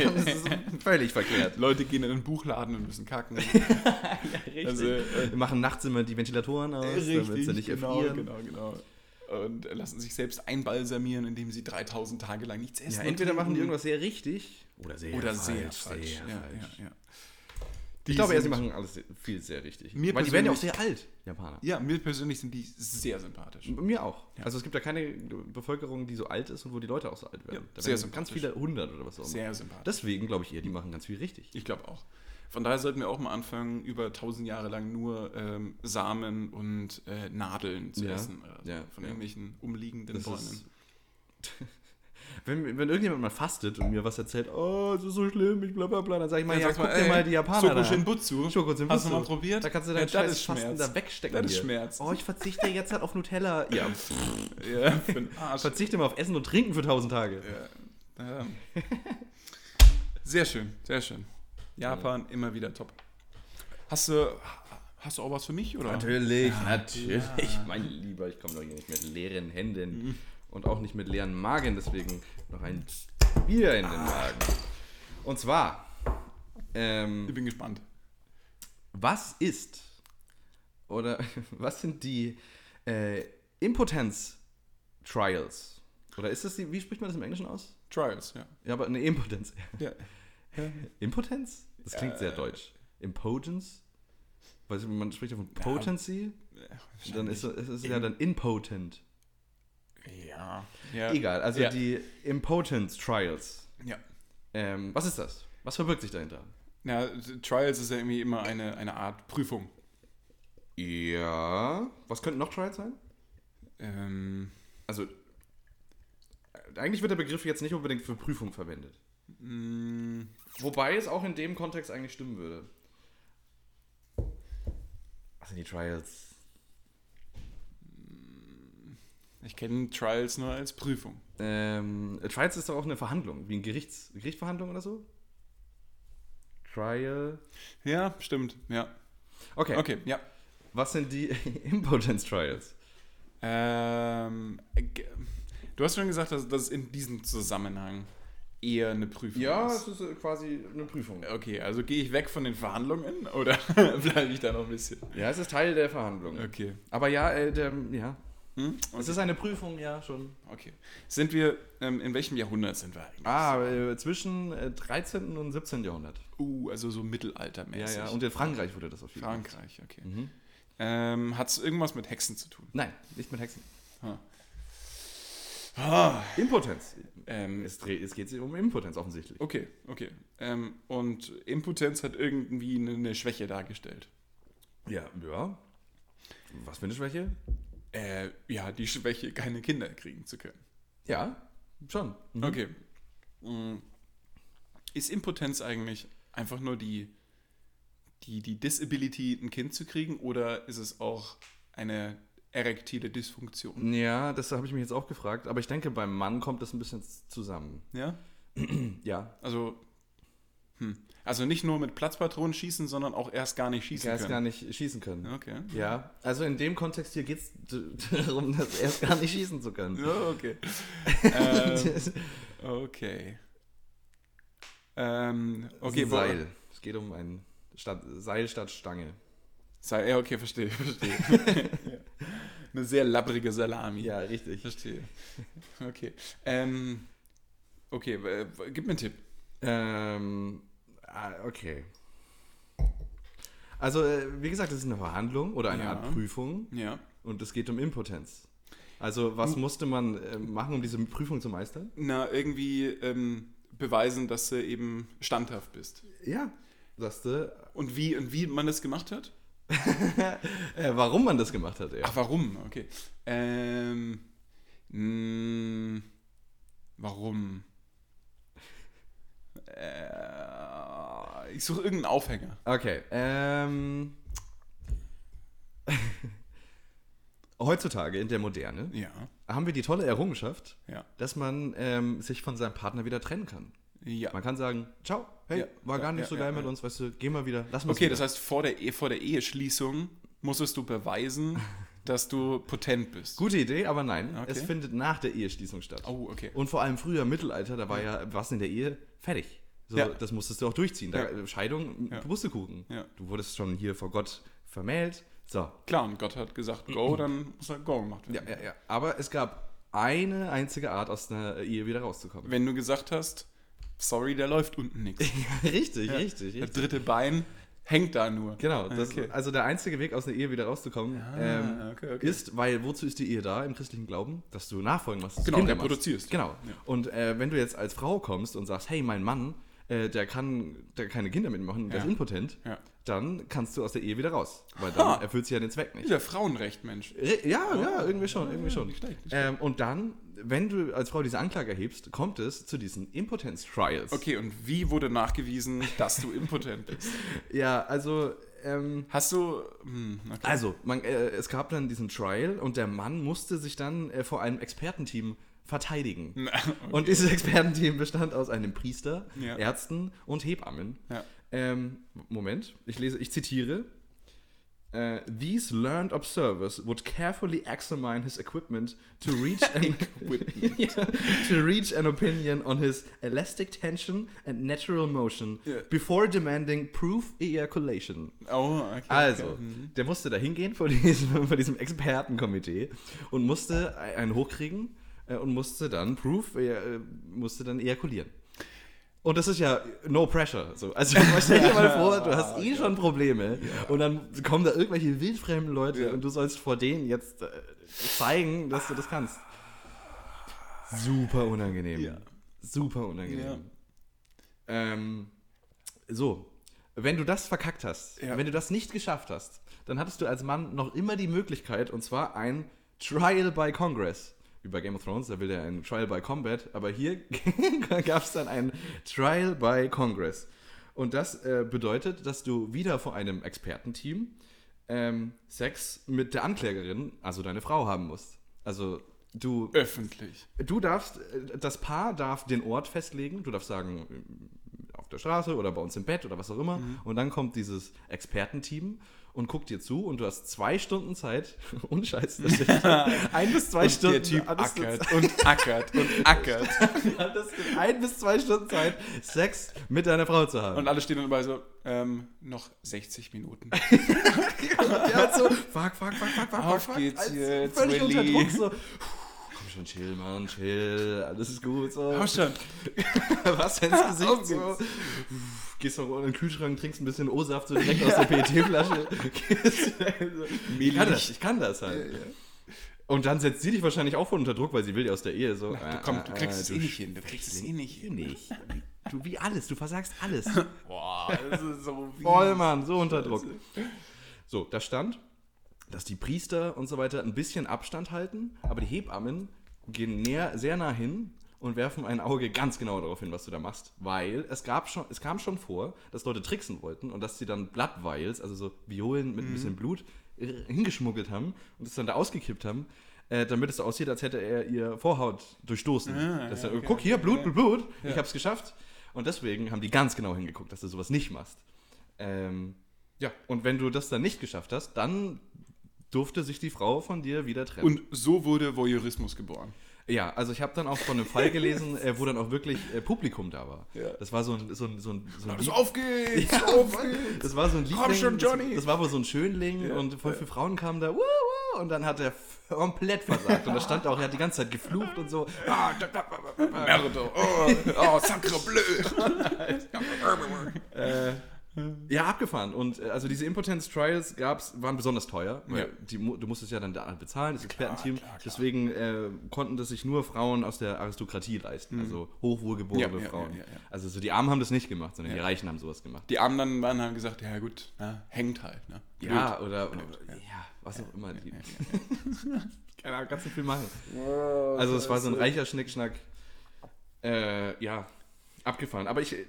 B: völlig verkehrt.
A: Leute gehen in einen Buchladen und müssen kacken.
B: Richtig.
A: Also, äh,
B: Wir machen nachts immer die Ventilatoren aus, damit sie nicht
A: genau,
B: erfrieren.
A: genau, genau. Und lassen sich selbst einbalsamieren, indem sie 3000 Tage lang nichts essen.
B: Ja,
A: und
B: entweder machen die
A: trinken.
B: irgendwas sehr richtig oder sehr
A: Oder
B: falsch.
A: sehr falsch.
B: sehr
A: ja,
B: falsch.
A: Ja, ja. Die
B: Ich glaube, ja, sie
A: sind-
B: machen alles sehr- viel sehr richtig.
A: Mir
B: Weil die werden ja auch sehr
A: persönlich-
B: alt, Japaner.
A: Ja, mir persönlich sind die sehr sympathisch.
B: Mir auch. Also es gibt ja keine Bevölkerung, die so alt ist und wo die Leute auch so alt werden.
A: Ja,
B: da
A: sehr
B: werden ganz
A: sympathisch.
B: viele hundert oder was auch immer.
A: Sehr sympathisch.
B: Deswegen glaube ich eher, die machen ganz viel richtig.
A: Ich glaube auch. Von daher sollten wir auch mal anfangen, über tausend Jahre lang nur ähm, Samen und äh, Nadeln zu
B: Ja,
A: essen. Oder so,
B: ja,
A: von
B: ja.
A: irgendwelchen umliegenden
B: Das
A: Bäumen.
B: ist- Wenn, wenn irgendjemand mal fastet und mir was erzählt, oh, es ist so schlimm, ich bla bla bla, dann sage ich mal,
A: Dann
B: ja,
A: sag
B: guck
A: mal,
B: dir
A: ey,
B: mal die Japaner
A: Schoko
B: da an.
A: Shinbutsu.
B: Schoko Shinbutsu.
A: Hast du mal probiert?
B: Da kannst du
A: Ja,
B: deinen
A: das
B: scheiß
A: ist
B: Fasten
A: Schmerz.
B: da wegstecken.
A: Das ist
B: hier.
A: Schmerz.
B: Oh, ich verzichte jetzt halt auf Nutella. Ja, pff,
A: ja, für den Arsch.
B: verzichte mal auf Essen und Trinken für tausend Tage.
A: Ja. Ähm. Sehr schön, sehr schön. Japan immer wieder top. Hast du, hast du auch was für mich? Oder?
B: Natürlich, natürlich. Mein Lieber, ich komme doch hier nicht mit leeren Händen und auch nicht mit leeren Magen, deswegen noch ein Bier in den Magen. Und zwar,
A: Ich
B: ähm,
A: bin gespannt.
B: was ist oder was sind die äh, Impotenz-Trials? Oder ist das die, wie spricht man das im Englischen aus?
A: Trials, ja.
B: Ja, aber eine Impotenz.
A: ja.
B: Impotenz? Das klingt sehr
A: Äh.
B: deutsch. Impotence? Weiß ich, man spricht ja von Potency. dann ist, es ist ja dann impotent.
A: Ja. ja.
B: Egal, also
A: Ja.
B: die Impotence Trials.
A: Ja.
B: Ähm, was ist das? Was verbirgt sich dahinter?
A: Na, Trials ist ja irgendwie immer eine, eine Art Prüfung.
B: Ja. Was könnten noch Trials sein?
A: Ähm,
B: Also, äh, eigentlich wird der Begriff jetzt nicht unbedingt für Prüfung verwendet.
A: mh,
B: Wobei es auch in dem Kontext eigentlich stimmen würde. Was sind die Trials?
A: ich kenne Trials nur als Prüfung.
B: Ähm, äh, Trials ist doch auch eine Verhandlung, wie ein Gerichts Gerichtsverhandlung oder so? Trial.
A: Ja, stimmt. Ja.
B: Okay,
A: Okay, ja.
B: was sind die Impotence Trials?
A: Ähm, ge- du hast schon gesagt, dass das in diesem Zusammenhang eher eine Prüfung ist.
B: ist äh, quasi eine Prüfung.
A: Okay, also gehe ich weg von den Verhandlungen oder bleibe ich da noch ein bisschen?
B: Ja, es ist Teil der Verhandlung.
A: Okay.
B: Aber ja, äh, der, ja.
A: Hm?
B: Es ist eine Prüfung, ja, schon.
A: Okay. Sind wir, ähm, in welchem Jahrhundert sind wir eigentlich?
B: Ah, äh, zwischen äh, 13. und 17. Jahrhundert.
A: Uh, also so mittelaltermäßig. Mhm.
B: Und in Frankreich wurde das auf jeden Fall.
A: Frankreich, okay. Ähm, Hat es irgendwas mit Hexen zu tun?
B: Nein, nicht mit Hexen.
A: Ah,
B: Impotenz.
A: ähm,
B: Es, dreht- es geht um Impotenz offensichtlich.
A: okay, okay. Ähm, und Impotenz hat irgendwie eine, eine Schwäche dargestellt.
B: Ja, ja. Was für eine Schwäche?
A: Äh, ja, die Schwäche, keine Kinder kriegen zu können.
B: Ja, schon. Mhm.
A: Okay. Mm. Ist Impotenz eigentlich einfach nur die, die, die Disability, ein Kind zu kriegen, oder ist es auch eine erektile Dysfunktion?
B: Ja, das habe ich mich jetzt auch gefragt. Aber ich denke, beim Mann kommt das ein bisschen zusammen.
A: Ja?
B: Ja.
A: Also, hm. also nicht nur mit Platzpatronen schießen, sondern auch erst gar nicht schießen
B: Er ist gar
A: können.
B: nicht schießen können.
A: Okay.
B: Ja, also in dem Kontext hier geht es darum, dass er es gar nicht schießen zu können.
A: Ja, okay. ähm, okay. Ähm, okay,
B: okay,
A: wo-
B: Seil. Es geht um ein statt, Seil statt Stange.
A: Seil, ja, okay, verstehe, verstehe. Ja. Eine sehr labbrige Salami.
B: richtig.
A: Verstehe. Okay. Ähm, okay, äh, gib mir einen Tipp.
B: Ähm, ah, okay. Also, äh, wie gesagt, es ist eine Verhandlung oder eine
A: Ja.
B: Art Prüfung
A: Ja.
B: und es geht um Impotenz. Also, was musste man äh, machen, um diese Prüfung zu meistern?
A: Na, irgendwie ähm, beweisen, dass du eben standhaft bist.
B: Ja. Sagst du,
A: Und wie, und wie man das gemacht hat?
B: äh, warum man das gemacht hat, ja.
A: Ach, warum? Okay. Ähm, mh, warum? Äh, ich suche irgendeinen Aufhänger.
B: Okay. Ähm, heutzutage in der Moderne
A: Ja,
B: haben wir die tolle Errungenschaft,
A: ja,
B: dass man ähm, sich von seinem Partner wieder trennen kann.
A: ja.
B: Man kann sagen, ciao, hey,
A: Ja,
B: war
A: ja,
B: gar nicht
A: ja,
B: so
A: ja,
B: geil
A: ja.
B: mit uns, weißt du, geh mal wieder, lass mal
A: Okay,
B: wieder.
A: das heißt, vor der, Ehe, vor der Eheschließung musstest du beweisen, dass du potent bist.
B: Gute Idee, aber nein.
A: Okay.
B: Es findet nach der Eheschließung statt.
A: Oh, okay.
B: Und vor allem früher im Mittelalter, da war ja was in der Ehe fertig. So,
A: Ja.
B: Das musstest du auch durchziehen. Da,
A: Ja.
B: Scheidung,
A: Ja.
B: Pustekuchen.
A: Ja.
B: Du wurdest schon hier vor Gott vermählt. So.
A: Klar, und Gott hat gesagt, go, dann muss er go gemacht werden.
B: Mhm. Ja, ja, ja. Aber es gab eine einzige Art, aus einer Ehe wieder rauszukommen.
A: Wenn du gesagt hast, sorry, da läuft unten nichts.
B: richtig, richtig,
A: Das dritte Bein hängt da nur.
B: Genau, das,
A: Okay. Ah,
B: also der einzige Weg aus einer Ehe wieder rauszukommen ähm,
A: okay, okay.
B: ist, weil wozu ist die Ehe da im christlichen Glauben? Dass du Nachfolgen machst. dass du
A: Genau,
B: Kinder
A: reproduzierst.
B: Machst. Genau. Und äh, wenn du jetzt als Frau kommst und sagst, hey, mein Mann, äh, der kann der kann keine Kinder mitmachen, der
A: Ja.
B: ist impotent,
A: Ja.
B: dann kannst du aus der Ehe wieder raus, weil dann
A: Ha.
B: erfüllt sich ja den Zweck nicht.
A: Dieser Frauenrecht, Mensch.
B: Re- Äh, Ja, ja, irgendwie schon, irgendwie schon.
A: Oh. nicht schlecht, nicht
B: ähm, und dann, wenn du als Frau diese Anklage erhebst, kommt es zu diesen Impotenz-Trials.
A: Okay, und wie wurde nachgewiesen, dass du impotent bist?
B: Ja, also, ähm,
A: Hast du. Hm, okay.
B: also man, äh, es gab dann diesen Trial und der Mann musste sich dann äh, vor einem Expertenteam verteidigen.
A: Na, okay.
B: Und dieses Expertenteam bestand aus einem Priester,
A: Ja.
B: Ärzten und Hebammen.
A: Ja.
B: Ähm, Moment, ich lese, ich zitiere. Äh, These learned observers would carefully examine his equipment to reach an, Yeah, to reach an opinion on his elastic tension and natural motion
A: Ja.
B: before demanding proof ejaculation.
A: Oh, okay.
B: Also,
A: Okay.
B: der musste da hingehen vor diesem, vor diesem Expertenkomitee und musste ein- einen hochkriegen äh, und musste dann Proof, äh, äh, musste dann ejakulieren. Und das ist ja no pressure. So. Also stell dir mal vor, du hast eh schon Probleme und dann kommen da irgendwelche wildfremden Leute
A: Ja.
B: und du sollst vor denen jetzt äh, zeigen, dass du das kannst. Super unangenehm.
A: Ja.
B: Super unangenehm.
A: Ja.
B: Ähm, so, wenn du das verkackt hast,
A: Ja.
B: wenn du das nicht geschafft hast, dann hattest du als Mann noch immer die Möglichkeit, und zwar ein Trial by Congress. Wie bei Game of Thrones, da will der ein Trial by Combat, aber hier gab es dann ein Trial by Congress. Und das äh, bedeutet, dass du wieder vor einem Expertenteam ähm, Sex mit der Anklägerin, also deine Frau, haben musst. Also du
A: Öffentlich.
B: Du darfst, äh, das Paar darf den Ort festlegen. Du darfst sagen, äh, auf der Straße oder bei uns im Bett oder was auch immer.
A: Mhm.
B: Und dann kommt dieses Expertenteam und guckt dir zu und du hast zwei Stunden Zeit. Und scheiße, das ist- ein bis zwei
A: Und
B: Stunden.
A: der Typ
B: hattest du
A: ackert und ackert und ackert.
B: Zeit- hattest du ein bis zwei Stunden Zeit, Sex mit deiner Frau zu haben.
A: Und alle stehen dann dabei so, ähm, noch 60 Minuten.
B: der halt so, fuck, fuck, fuck, fuck, fuck,
A: Auf
B: fuck,
A: geht's
B: als
A: jetzt,
B: völlig unter
A: Willi.
B: Druck so. puh, Komm schon, chill, Mann, chill, alles ist gut. So.
A: Komm schon.
B: Was ins Gesicht
A: Auf
B: so. Gehst noch in den Kühlschrank, trinkst ein bisschen O-Saft so direkt aus der PET-Flasche. Gehst- also. ich kann das, ich kann das halt. Und dann setzt sie dich wahrscheinlich auch voll unter Druck, weil sie will dir aus der Ehe so. Ah,
A: Du, komm, du kriegst es eh nicht hin. Du kriegst es eh nicht hin.
B: nicht. Du, wie alles, du versagst alles.
A: Boah, das ist so wie.
B: Voll, Mann, so unter Druck. So, da stand, dass die Priester und so weiter ein bisschen Abstand halten, aber die Hebammen gehen näher, sehr nah hin und werfen ein Auge ganz genau darauf hin, was du da machst. Weil es, gab schon, es kam schon vor, dass Leute tricksen wollten und dass sie dann Blattweils, also so Violen mit ein bisschen Blut, äh, hingeschmuggelt haben und es dann da ausgekippt haben, äh, damit es so aussieht, als hätte er ihr Vorhaut durchstoßen.
A: Ah,
B: dass
A: ja,
B: er, äh,
A: okay,
B: Guck hier, Blut, Blut, Blut, ich
A: Ja.
B: hab's geschafft. Und deswegen haben die ganz genau hingeguckt, dass du sowas nicht machst. Ähm, ja, und wenn du das dann nicht geschafft hast, dann durfte sich die Frau von dir wieder trennen.
A: Und so wurde Voyeurismus geboren.
B: ja, also ich habe dann auch von einem Fall gelesen, äh, wo dann auch wirklich äh, Publikum da war.
A: Ja.
B: Das war so ein, so ein, so ein, so ein
A: Also
B: Lied-
A: auf geht's,
B: Ja,
A: auf
B: Mann.
A: geht's.
B: Das war so ein Liebling.
A: Komm schon, Johnny.
B: Das, das war wohl so ein Schönling
A: Ja.
B: und voll viele Frauen kamen da. wuh, wuh, Und dann hat er f- komplett versagt. Und da stand auch, er hat die ganze Zeit geflucht und so. Ah, da, da, da, da, da.
A: Merdo. Oh, oh sacre bleu. Ähm.
B: Ja, abgefahren. Und äh, also diese Impotenz-Trials gab's, waren besonders teuer. Weil
A: Ja.
B: die, mu- du musstest ja dann da bezahlen, das Expertenteam.
A: klar, klar.
B: Deswegen äh, konnten das sich nur Frauen aus der Aristokratie leisten. Also hochwohlgeborene
A: Mhm. Ja, ja,
B: Frauen.
A: ja, ja, ja.
B: Also so die Armen haben das nicht gemacht, sondern die
A: Ja.
B: Reichen haben sowas gemacht.
A: Die armen dann Mann haben gesagt, ja gut, na, hängt halt. Ne?
B: Ja, oder,
A: ja.
B: ja. was auch immer. Die,
A: ja,
B: Keine Ahnung, kannst du viel machen.
A: Blöd.
B: Also es war so ein reicher Schnickschnack. Äh, ja, abgefahren. Aber ich. äh,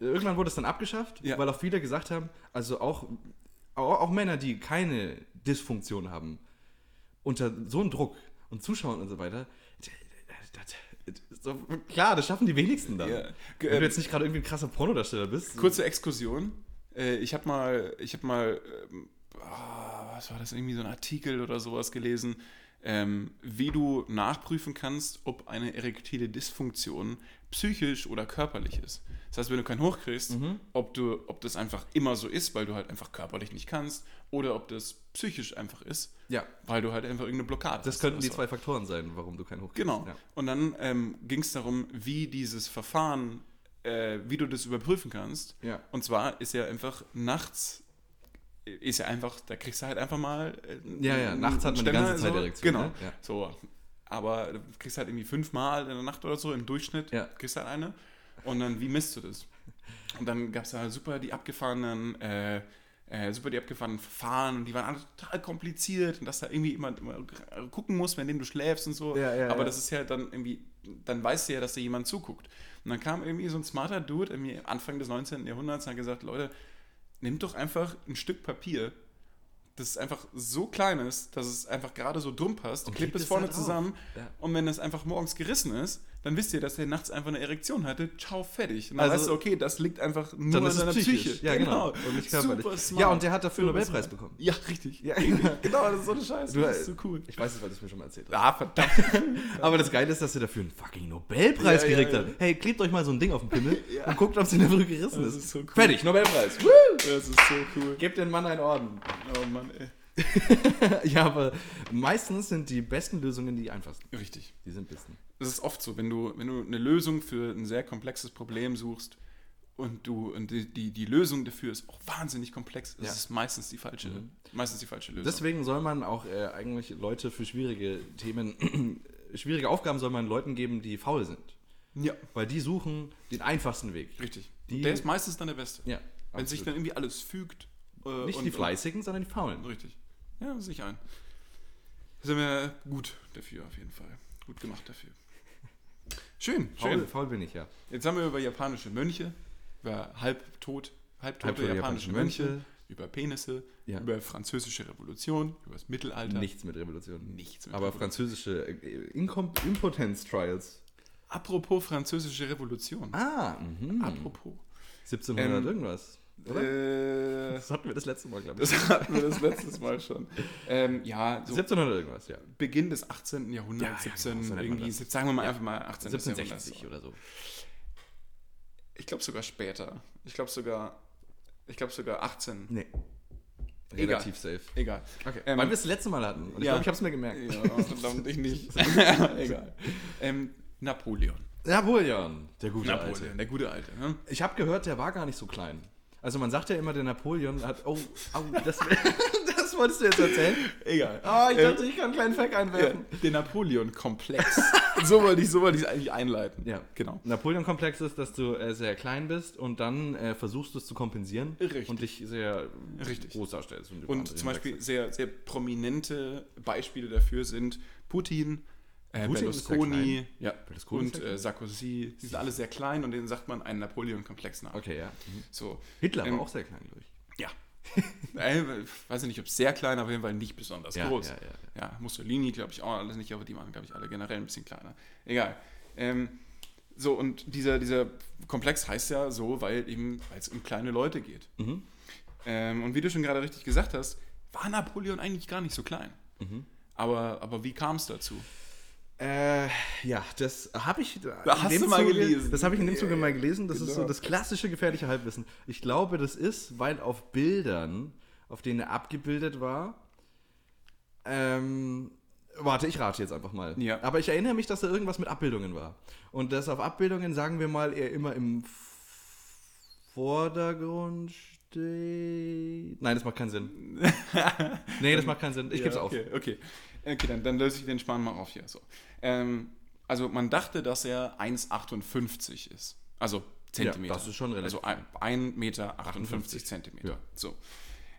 B: Irgendwann wurde es dann abgeschafft,
A: Ja.
B: weil auch viele gesagt haben, also auch, auch, auch Männer, die keine Dysfunktion haben, unter so einem Druck und Zuschauern und so weiter, d- d- d- so, klar, das schaffen die wenigsten dann.
A: Ja.
B: Wenn du jetzt nicht Hm. gerade irgendwie ein krasser Pornodarsteller bist.
A: Kurze Exkursion. Äh, Ich habe mal, ich hab mal ähm, ah, was war das, irgendwie so ein Artikel oder sowas gelesen, ähm, wie du nachprüfen kannst, ob eine erektile Dysfunktion psychisch oder körperlich ist. Das heißt, wenn du keinen hochkriegst,
B: Mhm.
A: ob, du, ob das einfach immer so ist, weil du halt einfach körperlich nicht kannst, oder ob das psychisch einfach ist,
B: Ja,
A: weil du halt einfach irgendeine Blockade
B: das
A: hast
B: könnten
A: oder
B: die
A: so.
B: zwei Faktoren sein, warum du keinen hochkriegst.
A: Genau.
B: Ja.
A: Und dann ähm, ging es darum, wie dieses Verfahren, äh, wie du das überprüfen kannst.
B: Ja.
A: Und zwar ist ja einfach nachts, äh, ist ja einfach, da kriegst du halt einfach mal. äh,
B: Ja, ja,
A: einen
B: nachts hat man die
A: Ständer,
B: ganze Zeit
A: so.
B: Erektion,
A: Genau.
B: ne? Ja.
A: So. Aber du kriegst halt irgendwie fünfmal in der Nacht oder so im Durchschnitt,
B: Ja.
A: kriegst halt eine. Und dann, wie misst du das? Und dann gab es da super die abgefahrenen, äh, äh, super die abgefahrenen Verfahren und die waren alle total kompliziert und dass da irgendwie immer, immer gucken muss, wenn dem du schläfst und so.
B: Ja, ja,
A: Aber
B: ja.
A: das ist ja dann irgendwie, dann weißt du ja, dass dir jemand zuguckt. Und dann kam irgendwie so ein smarter Dude irgendwie Anfang des 19. Jahrhunderts und hat gesagt, Leute, nehmt doch einfach ein Stück Papier, das einfach so klein ist, dass es einfach gerade so drum passt,
B: Und
A: klebt
B: klebt
A: es
B: es halt
A: vorne
B: da drauf.
A: zusammen
B: Ja.
A: und wenn das einfach morgens gerissen ist, dann wisst ihr, dass ihr nachts einfach eine Erektion hatte. Ciao, fertig. Und dann
B: Also-
A: weißt du, okay, das liegt einfach nur
B: Dann
A: an
B: ist
A: deiner
B: es psychisch.
A: Psyche.
B: Ja, genau. Und nicht körperlich.
A: Super smart.
B: Ja, und der hat dafür einen
A: Super
B: Nobelpreis
A: smart.
B: bekommen.
A: Ja, richtig.
B: Ja.
A: genau, das ist so eine Scheiße.
B: Du,
A: das ist
B: äh,
A: so cool.
B: Ich weiß es, weil du es mir schon mal erzählt hast.
A: Ah, verdammt.
B: Aber das Geile ist, dass er dafür einen fucking Nobelpreis
A: Ja, ja,
B: gekriegt
A: ja.
B: hat. Hey, klebt euch mal so ein Ding auf den Pimmel und guckt, ob es in der Brücke gerissen
A: Das
B: ist.
A: ist so cool.
B: Fertig, Nobelpreis. Woo!
A: Das ist so cool.
B: Gebt dem Mann einen Orden.
A: Oh Mann, ey.
B: ja, aber meistens sind die besten Lösungen die einfachsten.
A: Richtig.
B: Die sind besten.
A: Das ist oft so, wenn du, wenn du eine Lösung für ein sehr komplexes Problem suchst und du und die, die, die Lösung dafür ist auch wahnsinnig komplex, das
B: Ja.
A: ist meistens die falsche, meistens die falsche Lösung.
B: Deswegen soll man auch äh, eigentlich Leute für schwierige Themen, schwierige Aufgaben soll man Leuten geben, die faul sind.
A: ja,
B: Weil die suchen den einfachsten Weg.
A: richtig.
B: Die-
A: der ist meistens dann der Beste.
B: Ja.
A: wenn sich dann
B: absolut.
A: irgendwie alles fügt. äh,
B: Nicht
A: und-
B: die Fleißigen, sondern die Faulen.
A: Richtig. Ja, sich ein. Sind wir gut dafür auf jeden Fall. Gut gemacht dafür. Schön, schön.
B: Faul, faul bin ich, ja.
A: Jetzt haben wir über japanische Mönche, über halbtot,
B: Halbtote
A: halbtote japanische
B: japanische
A: Mönche,
B: Mönche.
A: über Penisse,
B: Ja.
A: über französische Revolution, über das Mittelalter.
B: Nichts mit Revolution.
A: Nichts mit
B: Aber
A: Revolution.
B: französische äh, Inkom Impotenz-Trials.
A: Apropos französische Revolution.
B: Ah, mhm.
A: Apropos.
B: 1700
A: Ähm,
B: irgendwas. Oder?
A: Äh,
B: das hatten wir das letzte Mal, glaube ich.
A: das hatten wir das letztes Mal schon. Ähm, ja, so
B: 1700 irgendwas, ja.
A: Beginn des 18.
B: Ja, ja,
A: Jahrhunderts, 17,
B: genau, so nennt man
A: irgendwie,
B: das.
A: 17, sagen wir mal einfach mal 18.
B: 1760
A: Jahrhunderts.
B: oder so.
A: Ich glaube sogar später. Ich glaube sogar, ich glaube sogar 18.
B: Nee.
A: Egal.
B: Relativ safe.
A: Egal.
B: Okay.
A: Ähm,
B: Weil wir es das letzte Mal hatten. Und ich
A: ja.
B: glaube, ich habe es mir gemerkt.
A: Ja, verdammt, ich nicht. Egal. Ähm, Napoleon.
B: Napoleon, der gute Alte.
A: der gute Alte. Ne?
B: Ich habe gehört, der war gar nicht so klein. Also man sagt ja immer, der Napoleon hat... Oh, au, das, das wolltest du jetzt erzählen?
A: Egal. Ähm,
B: Oh, ich dachte, ich kann einen kleinen Fact einwerfen.
A: der Napoleon-Komplex. so wollte ich so wollte ich es eigentlich einleiten.
B: Ja,
A: Genau.
B: Napoleon-Komplex ist, dass du äh, sehr klein bist und dann äh, versuchst du es zu kompensieren
A: Richtig.
B: und dich sehr äh,
A: Richtig.
B: groß darstellst. über andere
A: Und zum
B: hinweg-
A: Beispiel sehr, sehr prominente Beispiele dafür sind Putin, äh,
B: Putin ist sehr
A: Berlusconi,
B: klein.
A: ja,
B: Berlusconi ist
A: und
B: sehr
A: äh, Sarkozy. Die sind alle sehr klein und denen sagt man einen Napoleon-Komplex nach.
B: Okay, ja. Mhm.
A: So.
B: Hitler
A: Ähm,
B: war auch sehr klein, glaube ich.
A: Ja. Äh, weiß ich nicht, ob sehr klein, aber auf jeden Fall nicht besonders
B: Ja,
A: groß.
B: ja, ja,
A: ja. Mussolini, glaube ich, auch alles nicht, aber die waren, glaube ich, alle generell ein bisschen kleiner. Egal. Ähm, so, und dieser, dieser Komplex heißt ja so, weil eben, weil es um kleine Leute geht. Ähm, und wie du schon gerade richtig gesagt hast, war Napoleon eigentlich gar nicht so klein. Aber, aber wie kam es dazu?
B: Äh, ja, das habe ich
A: Da hast
B: in dem
A: du mal
B: Zuge,
A: gelesen.
B: Das habe ich in dem
A: Ja,
B: Zuge
A: ja,
B: mal gelesen. Das ist so
A: genau.
B: das klassische gefährliche Halbwissen. Ich glaube, das ist, weil auf Bildern, auf denen er abgebildet war, ähm, warte, ich rate jetzt einfach mal.
A: Ja.
B: Aber ich erinnere mich, dass da irgendwas mit Abbildungen war. Und dass auf Abbildungen, sagen wir mal, er immer im Vordergrund steht. Nein, das macht keinen Sinn. nee, das macht keinen Sinn. Ich
A: Ja,
B: gebe es auf.
A: okay, Okay, okay dann, dann löse ich den Span mal auf hier. So. Ähm, also man dachte, dass er 1,58 ist. Also Zentimeter.
B: das ist schon relativ
A: Also ein- 1,58 Meter 58 Zentimeter.
B: Ja.
A: So.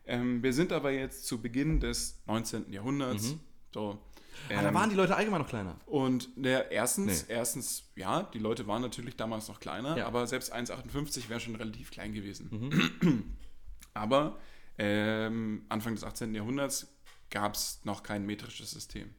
A: Ähm, wir sind aber jetzt zu Beginn des 19. Jahrhunderts. So.
B: Mhm. Ah, da
A: Ähm,
B: waren die Leute allgemein noch kleiner.
A: und der, erstens,
B: Nee.
A: erstens, ja, die Leute waren natürlich damals noch kleiner,
B: Ja.
A: aber selbst 1,58 wäre schon relativ klein gewesen.
B: Mhm.
A: aber ähm, Anfang des 18. Jahrhunderts gab es noch kein metrisches System.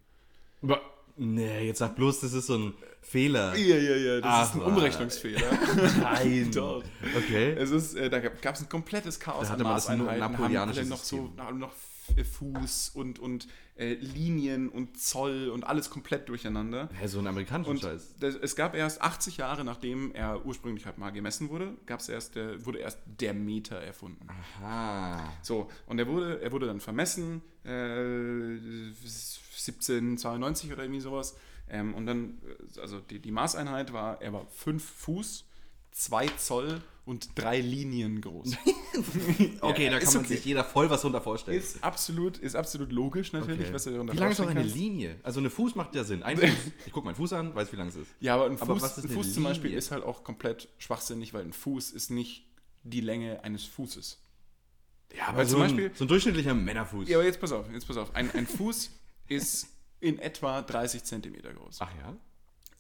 B: Nee, jetzt sag bloß, das ist so ein Fehler.
A: Ja, ja, ja, das ist ein
B: Aber-
A: Umrechnungsfehler.
B: Nein.
A: Doch.
B: Okay.
A: Es ist, äh, da gab es ein komplettes Chaos
B: Da hatte man das
A: Maßeinheiten,
B: nur-
A: da
B: napoleonische
A: haben alle noch so
B: System.
A: da haben noch F- äh, Fuß und, und äh, Linien und Zoll und alles komplett durcheinander.
B: Hä, so ein amerikanischer
A: Und
B: Scheiß.
A: das, es gab erst 80 Jahre, nachdem er ursprünglich halt mal gemessen wurde, gab's erst, äh, wurde erst der Meter erfunden.
B: Ah.
A: So, und er wurde, er wurde dann vermessen, äh, 1792 oder irgendwie sowas. Ähm, und dann, äh, also die, die Maßeinheit war, er war 5 Fuß, 2 Zoll und 3 Linien groß.
B: Okay,
A: Ja,
B: da
A: ist
B: kann man
A: okay.
B: sich jeder voll was drunter vorstellen.
A: ist, absolut, ist absolut logisch natürlich, was er darunter
B: wie lang ist doch eine
A: vorstellen kann.
B: Linie? Also eine Fuß macht ja Sinn. Ein Fuß. Ich gucke meinen Fuß an, weiß, wie lang es ist.
A: Ja, aber ein Fuß,
B: Aber was ist
A: ein
B: eine
A: Fuß zum Beispiel
B: Linie?
A: ist halt auch komplett schwachsinnig, weil ein Fuß ist nicht die Länge eines Fußes.
B: Ja,
A: Weil
B: Also so,
A: zum
B: ein,
A: Beispiel-
B: so ein durchschnittlicher Männerfuß.
A: Ja, aber jetzt pass auf, jetzt pass auf. Ein, ein Fuß ist in etwa 30 Zentimeter groß.
B: Ach ja?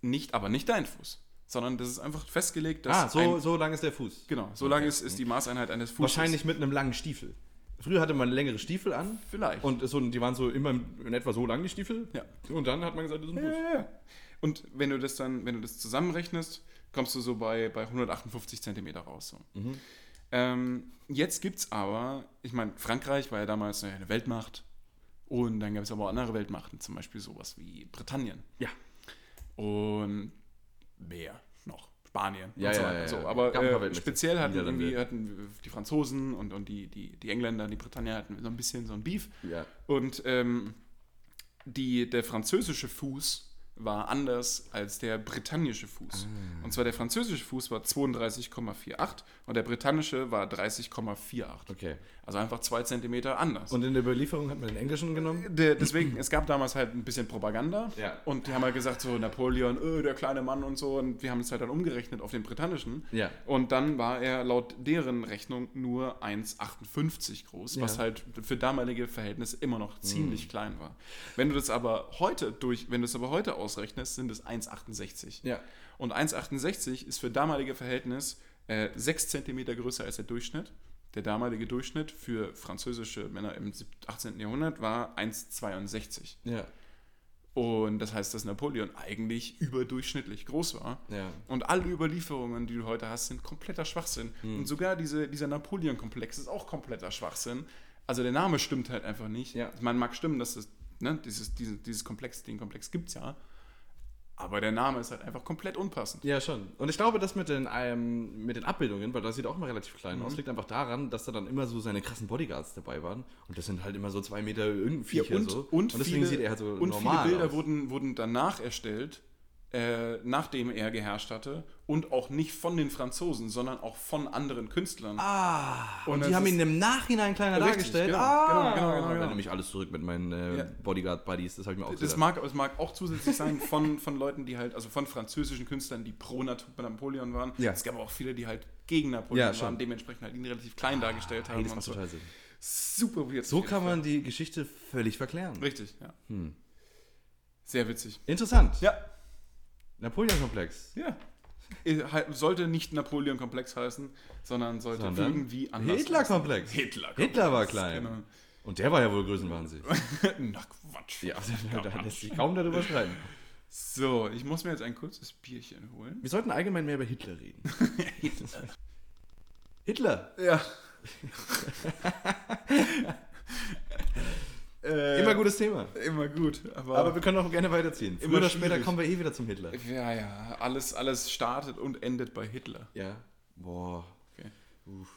A: Nicht, aber nicht dein Fuß, sondern das ist einfach festgelegt, dass
B: Ah, so,
A: ein,
B: so lang ist der Fuß.
A: genau, so lang ist, ist die Maßeinheit eines Fußes.
B: Wahrscheinlich mit einem langen Stiefel. Früher hatte man längere Stiefel an.
A: Vielleicht.
B: Und so, die waren so immer in etwa so lang, die Stiefel.
A: Ja.
B: Und dann hat man gesagt, das ist ein Fuß.
A: Ja. Und wenn du das dann, wenn du das zusammenrechnest, kommst du so bei, bei 158 Zentimeter raus. So.
B: Mhm.
A: Ähm, jetzt gibt es aber, ich meine, Frankreich war ja damals eine Weltmacht und dann gab es aber auch andere Weltmachten, zum Beispiel sowas wie Britannien.
B: Ja.
A: und mehr noch. Spanien
B: Ja,
A: und so
B: ja,
A: weiter.
B: ja,
A: so,
B: ja.
A: aber
B: Gab ein paar
A: äh,
B: Weltmeister.
A: speziell hatten
B: Niederlande.
A: irgendwie hatten die Franzosen und, und die, die, die Engländer, die Britannier hatten so ein bisschen so ein Beef.
B: Ja.
A: Und ähm, die, der französische Fuß war anders als der britannische Fuß.
B: Ah.
A: Und zwar der französische Fuß war 32,48 und der britannische war 30,48.
B: Okay.
A: Also einfach zwei Zentimeter anders.
B: Und in der Überlieferung hat man den Englischen genommen?
A: Der, deswegen, es gab damals halt ein bisschen Propaganda
B: Ja.
A: und die haben halt gesagt, so Napoleon, öh, der kleine Mann und so und wir haben es halt dann umgerechnet auf den britannischen
B: Ja.
A: und dann war er laut deren Rechnung nur 1,58 groß,
B: Ja.
A: was
B: Hm.
A: halt für damalige Verhältnisse immer noch ziemlich klein war. Wenn du das aber heute durch, wenn du es aber heute ausrechnest, sind es 1,68.
B: Ja.
A: Und 1,68 ist für damalige Verhältnis äh, 6 cm größer als der Durchschnitt. Der damalige Durchschnitt für französische Männer im sieb- 18. Jahrhundert war 1,62.
B: Ja.
A: Und das heißt, dass Napoleon eigentlich überdurchschnittlich groß war.
B: Ja.
A: Und alle Überlieferungen, die du heute hast, sind kompletter Schwachsinn.
B: Hm.
A: Und sogar diese, dieser Napoleon-Komplex ist auch kompletter Schwachsinn. Also der Name stimmt halt einfach nicht.
B: Ja.
A: Man mag stimmen, dass es, ne, dieses, dieses, dieses Komplex, den Komplex gibt es ja. Aber der Name ist halt einfach komplett unpassend.
B: Ja, schon. Und ich glaube, das mit den, ähm, mit den Abbildungen, weil das sieht auch immer relativ klein
A: Mhm.
B: aus, liegt einfach daran, dass da dann immer so seine krassen Bodyguards dabei waren. Und das sind halt immer so zwei Meter irgendein
A: Ja,
B: Viecher
A: und,
B: so.
A: und,
B: deswegen
A: viele,
B: sieht er halt so
A: und viele
B: normal
A: Bilder
B: aus.
A: wurden, wurden danach erstellt, äh, nachdem er geherrscht hatte. Und auch nicht von den Franzosen, sondern auch von anderen Künstlern.
B: Ah, und,
A: Und
B: die
A: das
B: haben
A: ist-
B: ihn im Nachhinein kleiner
A: Richtig,
B: dargestellt.
A: genau,
B: ah,
A: genau, genau, genau,
B: Ich
A: genau.
B: erinnere mich alles zurück mit meinen äh,
A: Ja.
B: Bodyguard-Buddies, das habe ich mir auch
A: Das
B: gesagt.
A: mag, es mag auch zusätzlich sein von, von Leuten, die halt, also von französischen Künstlern, die pro Nat- Napoleon waren.
B: Ja.
A: Es gab aber auch viele, die halt gegen Napoleon
B: Ja, schon.
A: waren, dementsprechend halt ihn relativ klein dargestellt haben.
B: Ey, das
A: und
B: macht
A: so.
B: total Sinn.
A: Super weird.
B: So kann Hm. man die Geschichte völlig verklären.
A: Richtig, ja. Sehr witzig.
B: Interessant.
A: Ja,
B: Napoleon-Komplex.
A: ja. Eh, halt- Sollte nicht Napoleon-Komplex heißen, sondern sollte
B: Sondern
A: irgendwie anders
B: Hitler-Komplex.
A: Hitler.
B: Hitler war klein. Und der war ja wohl größenwahnsinnig.
A: Genau. Na Quatsch.
B: Ja, da lässt sich kaum darüber schreiben.
A: So, ich muss mir jetzt ein kurzes Bierchen holen.
B: Wir sollten allgemein mehr über Hitler reden. Hitler!
A: Ja. äh,
B: Immer gutes Thema.
A: Immer gut, aber,
B: Aber wir können auch gerne weiterziehen. Früher
A: Immer
B: oder später
A: schwierig.
B: kommen wir eh wieder zum Hitler.
A: ja, ja, alles, alles startet und endet bei Hitler.
B: Ja. Boah.
A: Okay.
B: Uff.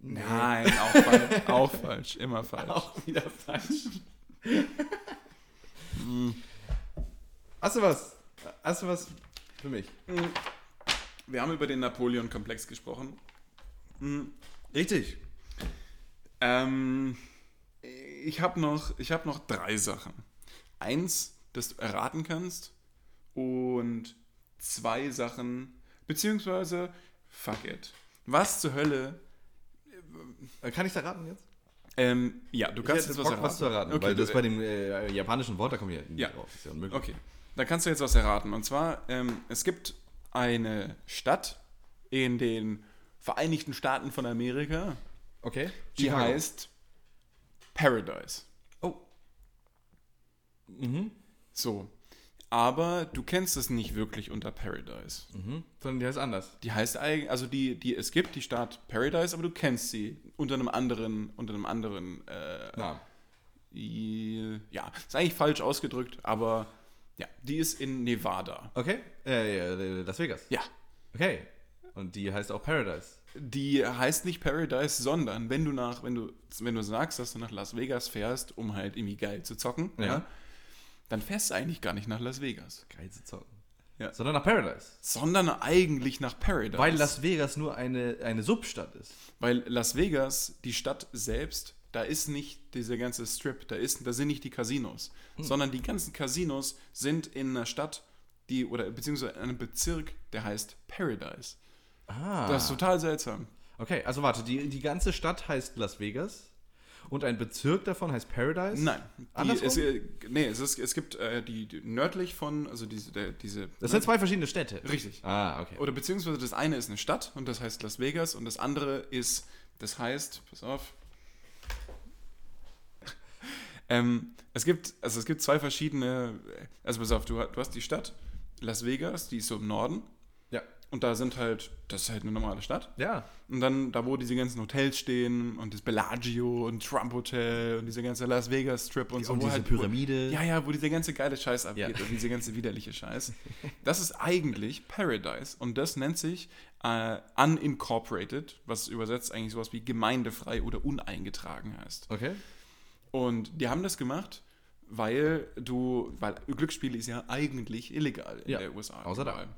A: Nein, auch, falsch, auch falsch, immer falsch.
B: Auch wieder falsch. Hm. Hast du was? Hast du was für mich?
A: Wir haben über den Napoleon-Komplex gesprochen.
B: Richtig.
A: Ähm, ich habe noch, ich hab noch drei Sachen. Eins, das du erraten kannst und zwei Sachen, beziehungsweise, fuck it. Was zur Hölle
B: Äh, Kann ich da raten jetzt?
A: Ähm, ja, du kannst
B: ich
A: jetzt
B: hätte
A: was
B: Bock,
A: erraten.
B: was zu erraten,
A: okay,
B: weil
A: du,
B: das bei dem äh, japanischen Wort, da kommen wir nicht
A: Ja.
B: drauf. Ist ja unmöglich.
A: okay, dann kannst du jetzt was erraten. Und zwar, ähm, es gibt eine Stadt in den Vereinigten Staaten von Amerika,
B: Okay.
A: die
B: Chicago.
A: heißt Paradise.
B: Oh. Mhm.
A: So. Aber du kennst es nicht wirklich unter Paradise.
B: Mhm. Sondern die heißt anders.
A: Die heißt eigentlich, also die, die, es gibt die Stadt Paradise, aber du kennst sie unter einem anderen, unter einem anderen, äh,
B: Na,
A: i- ja, ist eigentlich falsch ausgedrückt, aber ja, die ist in Nevada.
B: okay. Äh, ja, Las Vegas.
A: Ja,
B: Okay. Und die heißt auch Paradise.
A: die heißt nicht Paradise, sondern wenn du nach, wenn du, wenn du sagst, dass du nach Las Vegas fährst, um halt irgendwie geil zu zocken, ja.
B: Ja.
A: dann fährst du eigentlich gar nicht nach Las Vegas,
B: Geil zu zocken.
A: Ja.
B: Sondern nach Paradise.
A: sondern eigentlich nach Paradise.
B: Weil Las Vegas nur eine, eine Substadt ist.
A: Weil Las Vegas, die Stadt selbst, da ist nicht dieser ganze Strip, da, ist, da sind nicht die Casinos,
B: Hm.
A: sondern die ganzen Casinos sind in einer Stadt, die, oder beziehungsweise in einem Bezirk, der heißt Paradise.
B: Ah.
A: Das ist total seltsam.
B: okay, also warte, die, die ganze Stadt heißt Las Vegas und ein Bezirk davon heißt Paradise?
A: Nein. Die,
B: Andersrum?
A: es, äh, nee, es, ist, es gibt äh, die, die nördlich von, also diese, der, diese.
B: Das sind zwei verschiedene Städte.
A: Richtig.
B: Ah, okay.
A: Oder beziehungsweise das eine ist eine Stadt und das heißt Las Vegas und das andere ist, das heißt, pass auf. Ähm, es gibt, also es gibt zwei verschiedene, also pass auf, du, ha- du hast die Stadt Las Vegas, die ist so im Norden
B: Ja.
A: und da sind halt, das ist halt eine normale Stadt.
B: Ja.
A: Und dann da, wo diese ganzen Hotels stehen und das Bellagio und Trump Hotel und diese ganze Las Vegas Strip und so.
B: Und
A: wo
B: diese
A: halt-
B: Pyramide.
A: ja, ja, wo dieser ganze geile Scheiß abgeht
B: Ja.
A: und dieser ganze widerliche Scheiß. Das ist eigentlich Paradise und das nennt sich äh, unincorporated, was übersetzt eigentlich sowas wie gemeindefrei oder uneingetragen heißt.
B: Okay.
A: Und die haben das gemacht, weil du, weil Glücksspiel ist ja eigentlich illegal in
B: Ja,
A: der USA.
B: außer da.
A: überall.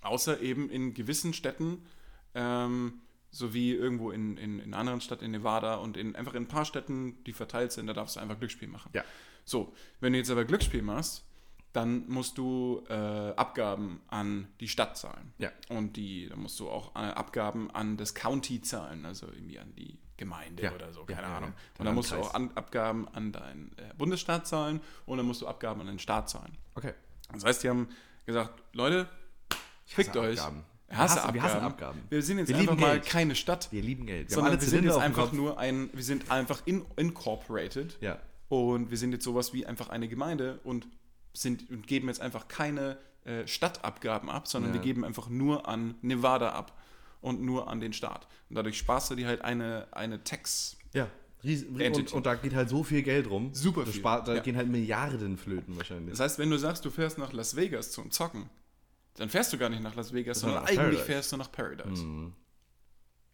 A: Außer eben in gewissen Städten, ähm, sowie irgendwo in, in, in einer anderen Stadt in Nevada und in einfach in ein paar Städten, die verteilt sind, da darfst du einfach Glücksspiel machen.
B: Ja.
A: So, wenn du jetzt aber Glücksspiel machst, dann musst du äh, Abgaben an die Stadt zahlen.
B: Ja.
A: Und die, dann musst du auch äh, Abgaben an das County zahlen, also irgendwie an die Gemeinde
B: Ja.
A: oder so,
B: Ja,
A: keine
B: ja,
A: Ahnung.
B: ja.
A: Und dann musst du
B: Landkreis.
A: auch an, Abgaben an deinen äh, Bundesstaat zahlen und dann musst du Abgaben an den Staat zahlen.
B: Okay.
A: Das heißt, die haben gesagt, Leute, fickt
B: hasse
A: euch.
B: Abgaben.
A: Ich hasse
B: Hasse- wir hassen Abgaben.
A: Wir sind jetzt
B: Wir lieben
A: einfach mal
B: Geld.
A: keine Stadt,
B: Wir lieben Geld. Wir haben
A: sondern wir sind
B: Zylinder
A: jetzt
B: auf dem
A: einfach
B: Kopf.
A: nur ein, wir sind einfach in, incorporated.
B: Ja.
A: Und wir sind jetzt sowas wie einfach eine Gemeinde und, sind, und geben jetzt einfach keine äh, Stadtabgaben ab, sondern
B: Ja.
A: wir geben einfach nur an Nevada ab und nur an den Staat. Und dadurch sparst du dir halt eine, eine Tax.
B: Ja. Ries und,
A: Entity.
B: und da geht halt so viel Geld rum.
A: Super
B: Das
A: viel.
B: spart- Da
A: Ja.
B: gehen halt Milliarden flöten wahrscheinlich.
A: Das heißt, wenn du sagst, du fährst nach Las Vegas zum Zocken, dann fährst du gar nicht nach Las Vegas,
B: Sondern
A: sondern
B: nach
A: eigentlich
B: Paradise. Mhm.
A: fährst du nach Paradise.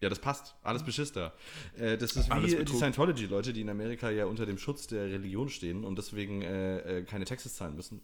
B: Ja, das passt. Alles Beschiss da. Äh, das ist
A: Alles
B: wie die
A: Betrug.
B: Scientology-Leute, die in Amerika ja unter dem Schutz der Religion stehen und deswegen äh, äh, keine Taxes zahlen müssen.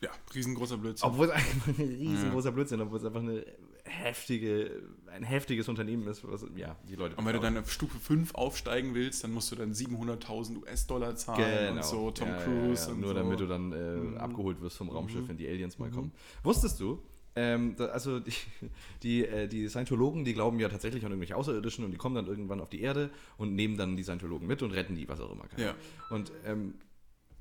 A: Ja, riesengroßer Blödsinn.
B: Obwohl es einfach ein riesengroßer Blödsinn, obwohl es einfach eine heftige, ein heftiges Unternehmen ist, was ja, die Leute.
A: Und wenn du dann auf Stufe 5 aufsteigen willst, dann musst du dann 700.000 US-Dollar zahlen
B: genau.
A: und so, Tom
B: Ja, ja,
A: Cruise
B: ja, ja.
A: und
B: Nur
A: so.
B: damit du dann äh, abgeholt wirst vom Raumschiff, wenn die Aliens mal kommen. Wusstest du? Ähm, da, also die, die, äh, die Scientologen, die glauben ja tatsächlich an irgendwelche Außerirdischen und die kommen dann irgendwann auf die Erde und nehmen dann die Scientologen mit und retten die, was auch immer. keine
A: Ja.
B: Ahnung. Und ähm,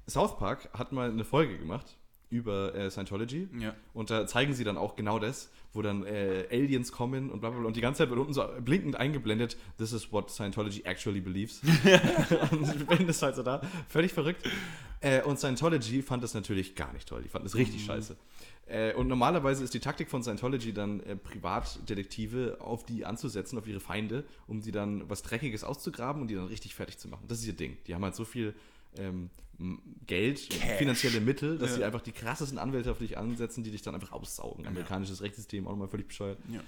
B: South Park hat mal eine Folge gemacht über äh, Scientology.
A: Ja.
B: Und da zeigen sie dann auch genau das, wo dann äh, Aliens kommen und bla bla bla. Und die ganze Zeit wird unten so blinkend eingeblendet, this is what Scientology actually believes. und bin das halt so da, völlig verrückt. Äh, und Scientology fand das natürlich gar nicht toll. Die fanden das
A: Mhm.
B: richtig scheiße. Äh, und normalerweise ist die Taktik von Scientology dann, äh, Privatdetektive auf die anzusetzen, auf ihre Feinde, um die dann was Dreckiges auszugraben und die dann richtig fertig zu machen. Das ist ihr Ding. Die haben halt so viel ähm, m- Geld, und
A: Cash.
B: finanzielle Mittel, dass
A: Ja.
B: sie einfach die krassesten Anwälte auf dich ansetzen, die dich dann einfach aussaugen. Amerikanisches Rechtssystem auch nochmal völlig bescheuert.
A: Ja.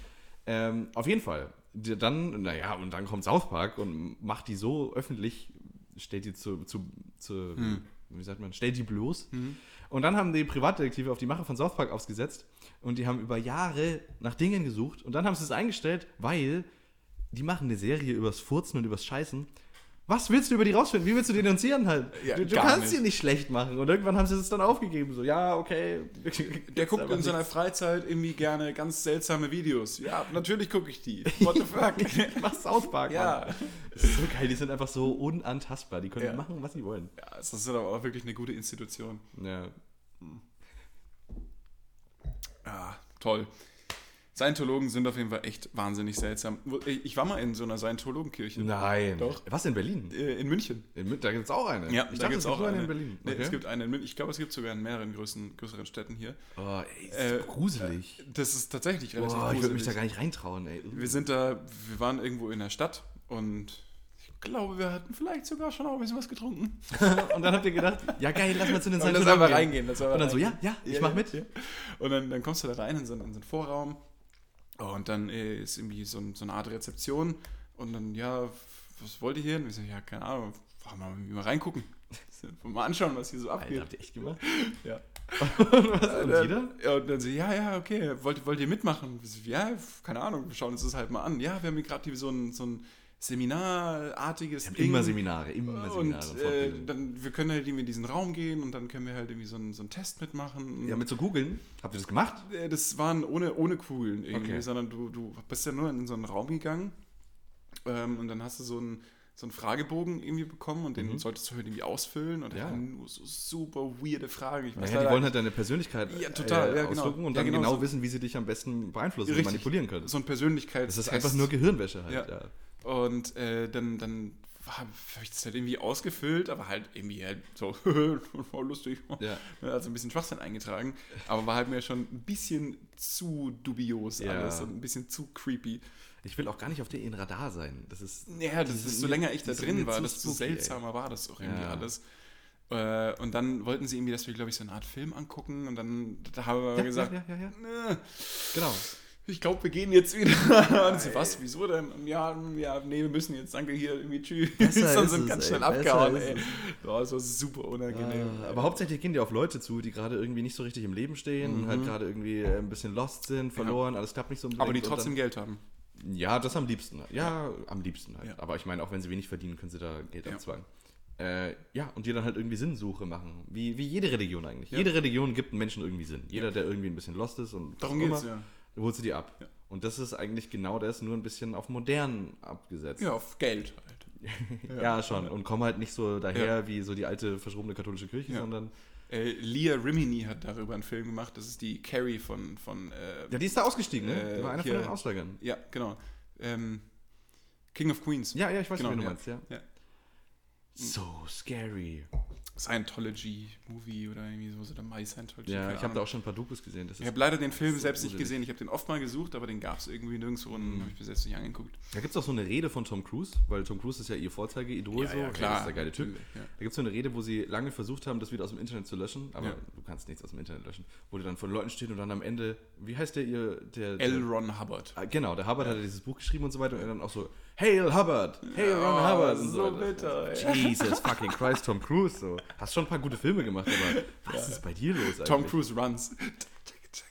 B: Ähm, auf jeden Fall. Die- Dann, naja, und dann kommt South Park und macht die so öffentlich, stellt die zu, zu, zu
A: Hm.
B: wie sagt man, stellt die bloß. Und dann haben die Privatdetektive auf die Mache von South Park ausgesetzt und die haben über Jahre nach Dingen gesucht und dann haben sie es eingestellt, weil die machen eine Serie übers Furzen und übers Scheißen. Was willst du über die rausfinden? Wie willst du denunzieren halt?
A: Ja,
B: du du
A: gar
B: kannst
A: nicht.
B: sie nicht schlecht machen. Und irgendwann haben sie es dann aufgegeben. So, ja, okay.
A: Der guckt in seiner
B: nichts.
A: Freizeit irgendwie gerne ganz seltsame Videos. Ja, natürlich gucke ich die. What the fuck?
B: Ich mach South Park,
A: Ja.
B: Mann. Das ist so geil, die sind einfach so unantastbar. Die können
A: Ja.
B: machen, was sie wollen.
A: ja, das ist aber auch wirklich eine gute Institution.
B: Ja.
A: Ah, toll. Scientologen sind auf jeden Fall echt wahnsinnig seltsam. Ich ich war mal in so einer Scientologenkirche.
B: Nein.
A: Doch.
B: Was in Berlin?
A: Äh, In München.
B: In München, da gibt es auch eine.
A: Ja,
B: ich
A: da
B: dachte, es
A: gibt es auch
B: nur
A: eine.
B: eine in Berlin.
A: Nee,
B: Okay.
A: Es gibt eine in München. Ich glaube, es gibt sogar in mehreren größeren, größeren Städten hier.
B: Oh, ey, ist
A: Äh,
B: das gruselig.
A: Das ist tatsächlich relativ
B: Boah, ich würde mich da
A: gruselig.
B: gar nicht reintrauen, ey.
A: Wir sind da, wir waren irgendwo in der Stadt und ich glaube, wir hatten vielleicht sogar schon auch ein bisschen was getrunken.
B: Und dann habt ihr gedacht, ja geil, lass mal zu den
A: Und
B: Scientologen
A: dann sollen wir
B: gehen.
A: reingehen, dann sollen wir
B: Und dann so, ja,
A: reingehen.
B: ja, ich
A: Ja,
B: mach
A: ja,
B: mit.
A: ja. Und dann, dann kommst du da rein in so, einen- in so einen Vorraum und dann äh, ist irgendwie so, ein, so eine Art Rezeption und dann, ja, was wollt ihr hier? Und wir sagen, ja, keine Ahnung, wollen wir mal, irgendwie mal reingucken. Wollen wir Mal anschauen, was hier so
B: Alter,
A: abgeht.
B: habt ihr echt gemacht?
A: Ja.
B: Und was? Und
A: Äh,
B: jeder?
A: Ja, und dann so, ja, ja, okay, wollt, wollt ihr mitmachen? Wir so, Ja, keine Ahnung, wir schauen uns das halt mal an. Ja, wir haben hier gerade hier so ein, so ein Seminarartiges
B: Wir haben immer Seminare, immer Seminare. und
A: und äh,
B: Fortbildungen.
A: dann, wir können halt irgendwie in diesen Raum gehen und dann können wir halt irgendwie so einen, so einen Test mitmachen.
B: ja, mit so googeln. Habt ihr das gemacht?
A: Äh, das waren ohne, ohne Kugeln irgendwie,
B: Okay.
A: sondern du, du bist ja nur in so einen Raum gegangen ähm, und dann hast du so einen, so einen Fragebogen irgendwie bekommen und den
B: Mhm.
A: solltest du halt irgendwie ausfüllen und
B: Ja.
A: ja. nur so super weirde Fragen. Ich
B: Naja, die
A: leider-
B: wollen halt deine Persönlichkeit
A: Ja, total, ja, genau.
B: ausdrücken und
A: Ja,
B: dann
A: genau
B: genau,
A: so.
B: wissen, wie sie dich am besten beeinflussen und
A: Richtig.
B: manipulieren können.
A: so ein Persönlichkeits
B: Das ist einfach nur Gehirnwäsche halt.
A: Ja.
B: Ja.
A: Und äh, dann, dann habe ich das halt irgendwie ausgefüllt, aber halt irgendwie halt so voll lustig.
B: Ja.
A: Also ein bisschen Schwachsinn eingetragen, aber war halt mir schon ein bisschen zu dubios
B: Ja.
A: alles und ein bisschen zu creepy.
B: Ich will auch gar nicht auf deren Radar sein. Das ist.
A: Ja, das
B: Die sind
A: ist, so
B: mir-
A: länger ich
B: die
A: da
B: sind
A: drin
B: mir
A: war,
B: zu
A: desto
B: spooky, ey.
A: seltsamer war das auch irgendwie
B: Ja.
A: alles. Äh, und dann wollten sie irgendwie, dass wir, glaube ich, so eine Art Film angucken und dann da haben wir
B: Ja,
A: gesagt,
B: ja, ja, ja, ja.
A: "Nee,
B: Genau.
A: ich glaube, wir gehen jetzt wieder. Und so, was, wieso denn? Und Ja, ja, nee, wir müssen jetzt, danke hier, irgendwie tschüss.
B: Besser
A: Dann
B: ist
A: sind
B: es,
A: ganz
B: ey,
A: schnell
B: besser
A: abgehauen,
B: ist
A: ey. Boah, das war super unangenehm.
B: Ah, aber hauptsächlich gehen die auf Leute zu, die gerade irgendwie nicht so richtig im Leben stehen und halt gerade irgendwie äh, ein bisschen lost sind, verloren, alles klappt nicht so.
A: aber die
B: unbedingt und
A: trotzdem Geld haben.
B: Dann, ja, das am liebsten. halt. Ja, am liebsten halt.
A: Ja.
B: Aber ich meine, auch wenn sie wenig verdienen, können sie da Geld
A: Ja.
B: abzwangen. Äh, ja, und die dann halt irgendwie Sinnsuche machen. Wie, wie jede Religion eigentlich.
A: Ja.
B: Jede Religion gibt Menschen irgendwie Sinn. Jeder, der irgendwie ein bisschen lost ist und was
A: Darum
B: auch
A: geht's,
B: immer,
A: ja.
B: Du holst du die ab. Und das ist eigentlich genau das, nur ein bisschen auf modern abgesetzt.
A: Ja, auf Geld halt.
B: Ja, schon. Und kommen halt nicht so daher wie so die alte verschrobene katholische Kirche,
A: Ja.
B: sondern.
A: Äh, Leah Rimini hat darüber einen Film gemacht. Das ist die Carrie von, von äh,
B: Ja, die ist da ausgestiegen, ne?
A: Äh,
B: Die war einer
A: hier-
B: von den Aussteigern.
A: ja, genau. Ähm, King of Queens.
B: Ja, ja, ich weiß
A: Genau,
B: nicht, wen du
A: ja.
B: meinst, ja.
A: Ja.
B: So scary.
A: Scientology-Movie oder irgendwie so, so der My Scientology.
B: Ja,
A: keine
B: ich habe
A: Ahnung.
B: da auch schon ein paar Dokus gesehen. Das
A: Ich
B: ist,
A: habe leider den Film
B: ist
A: selbst nicht
B: gruselig. Mhm.
A: gesehen. Ich habe den oft mal gesucht, aber den gab es irgendwie nirgendwo und habe ich bis jetzt nicht angeguckt.
B: da gibt es auch so eine Rede von Tom Cruise, weil Tom Cruise ist ja ihr Vorzeigeidol. so. Ey, Das ist der geile Typ.
A: Ja.
B: Da gibt es so eine Rede, wo sie lange versucht haben, das wieder aus dem Internet zu löschen, aber
A: Ja.
B: du kannst nichts aus dem Internet löschen. Wo die dann von Leuten stehen und dann am Ende, wie heißt der ihr, der. der-
A: L. Ron Hubbard.
B: Ah, Genau, der Hubbard hat ja dieses Buch geschrieben und so weiter und er dann auch so, Hail Hubbard, Hail Ron
A: Oh,
B: Hubbard. Und
A: so
B: weiter.
A: bitter, ey.
B: Jesus fucking Christ, Tom Cruise. So. Hast schon ein paar gute Filme gemacht, aber was ist bei dir los eigentlich?
A: Tom Cruise runs.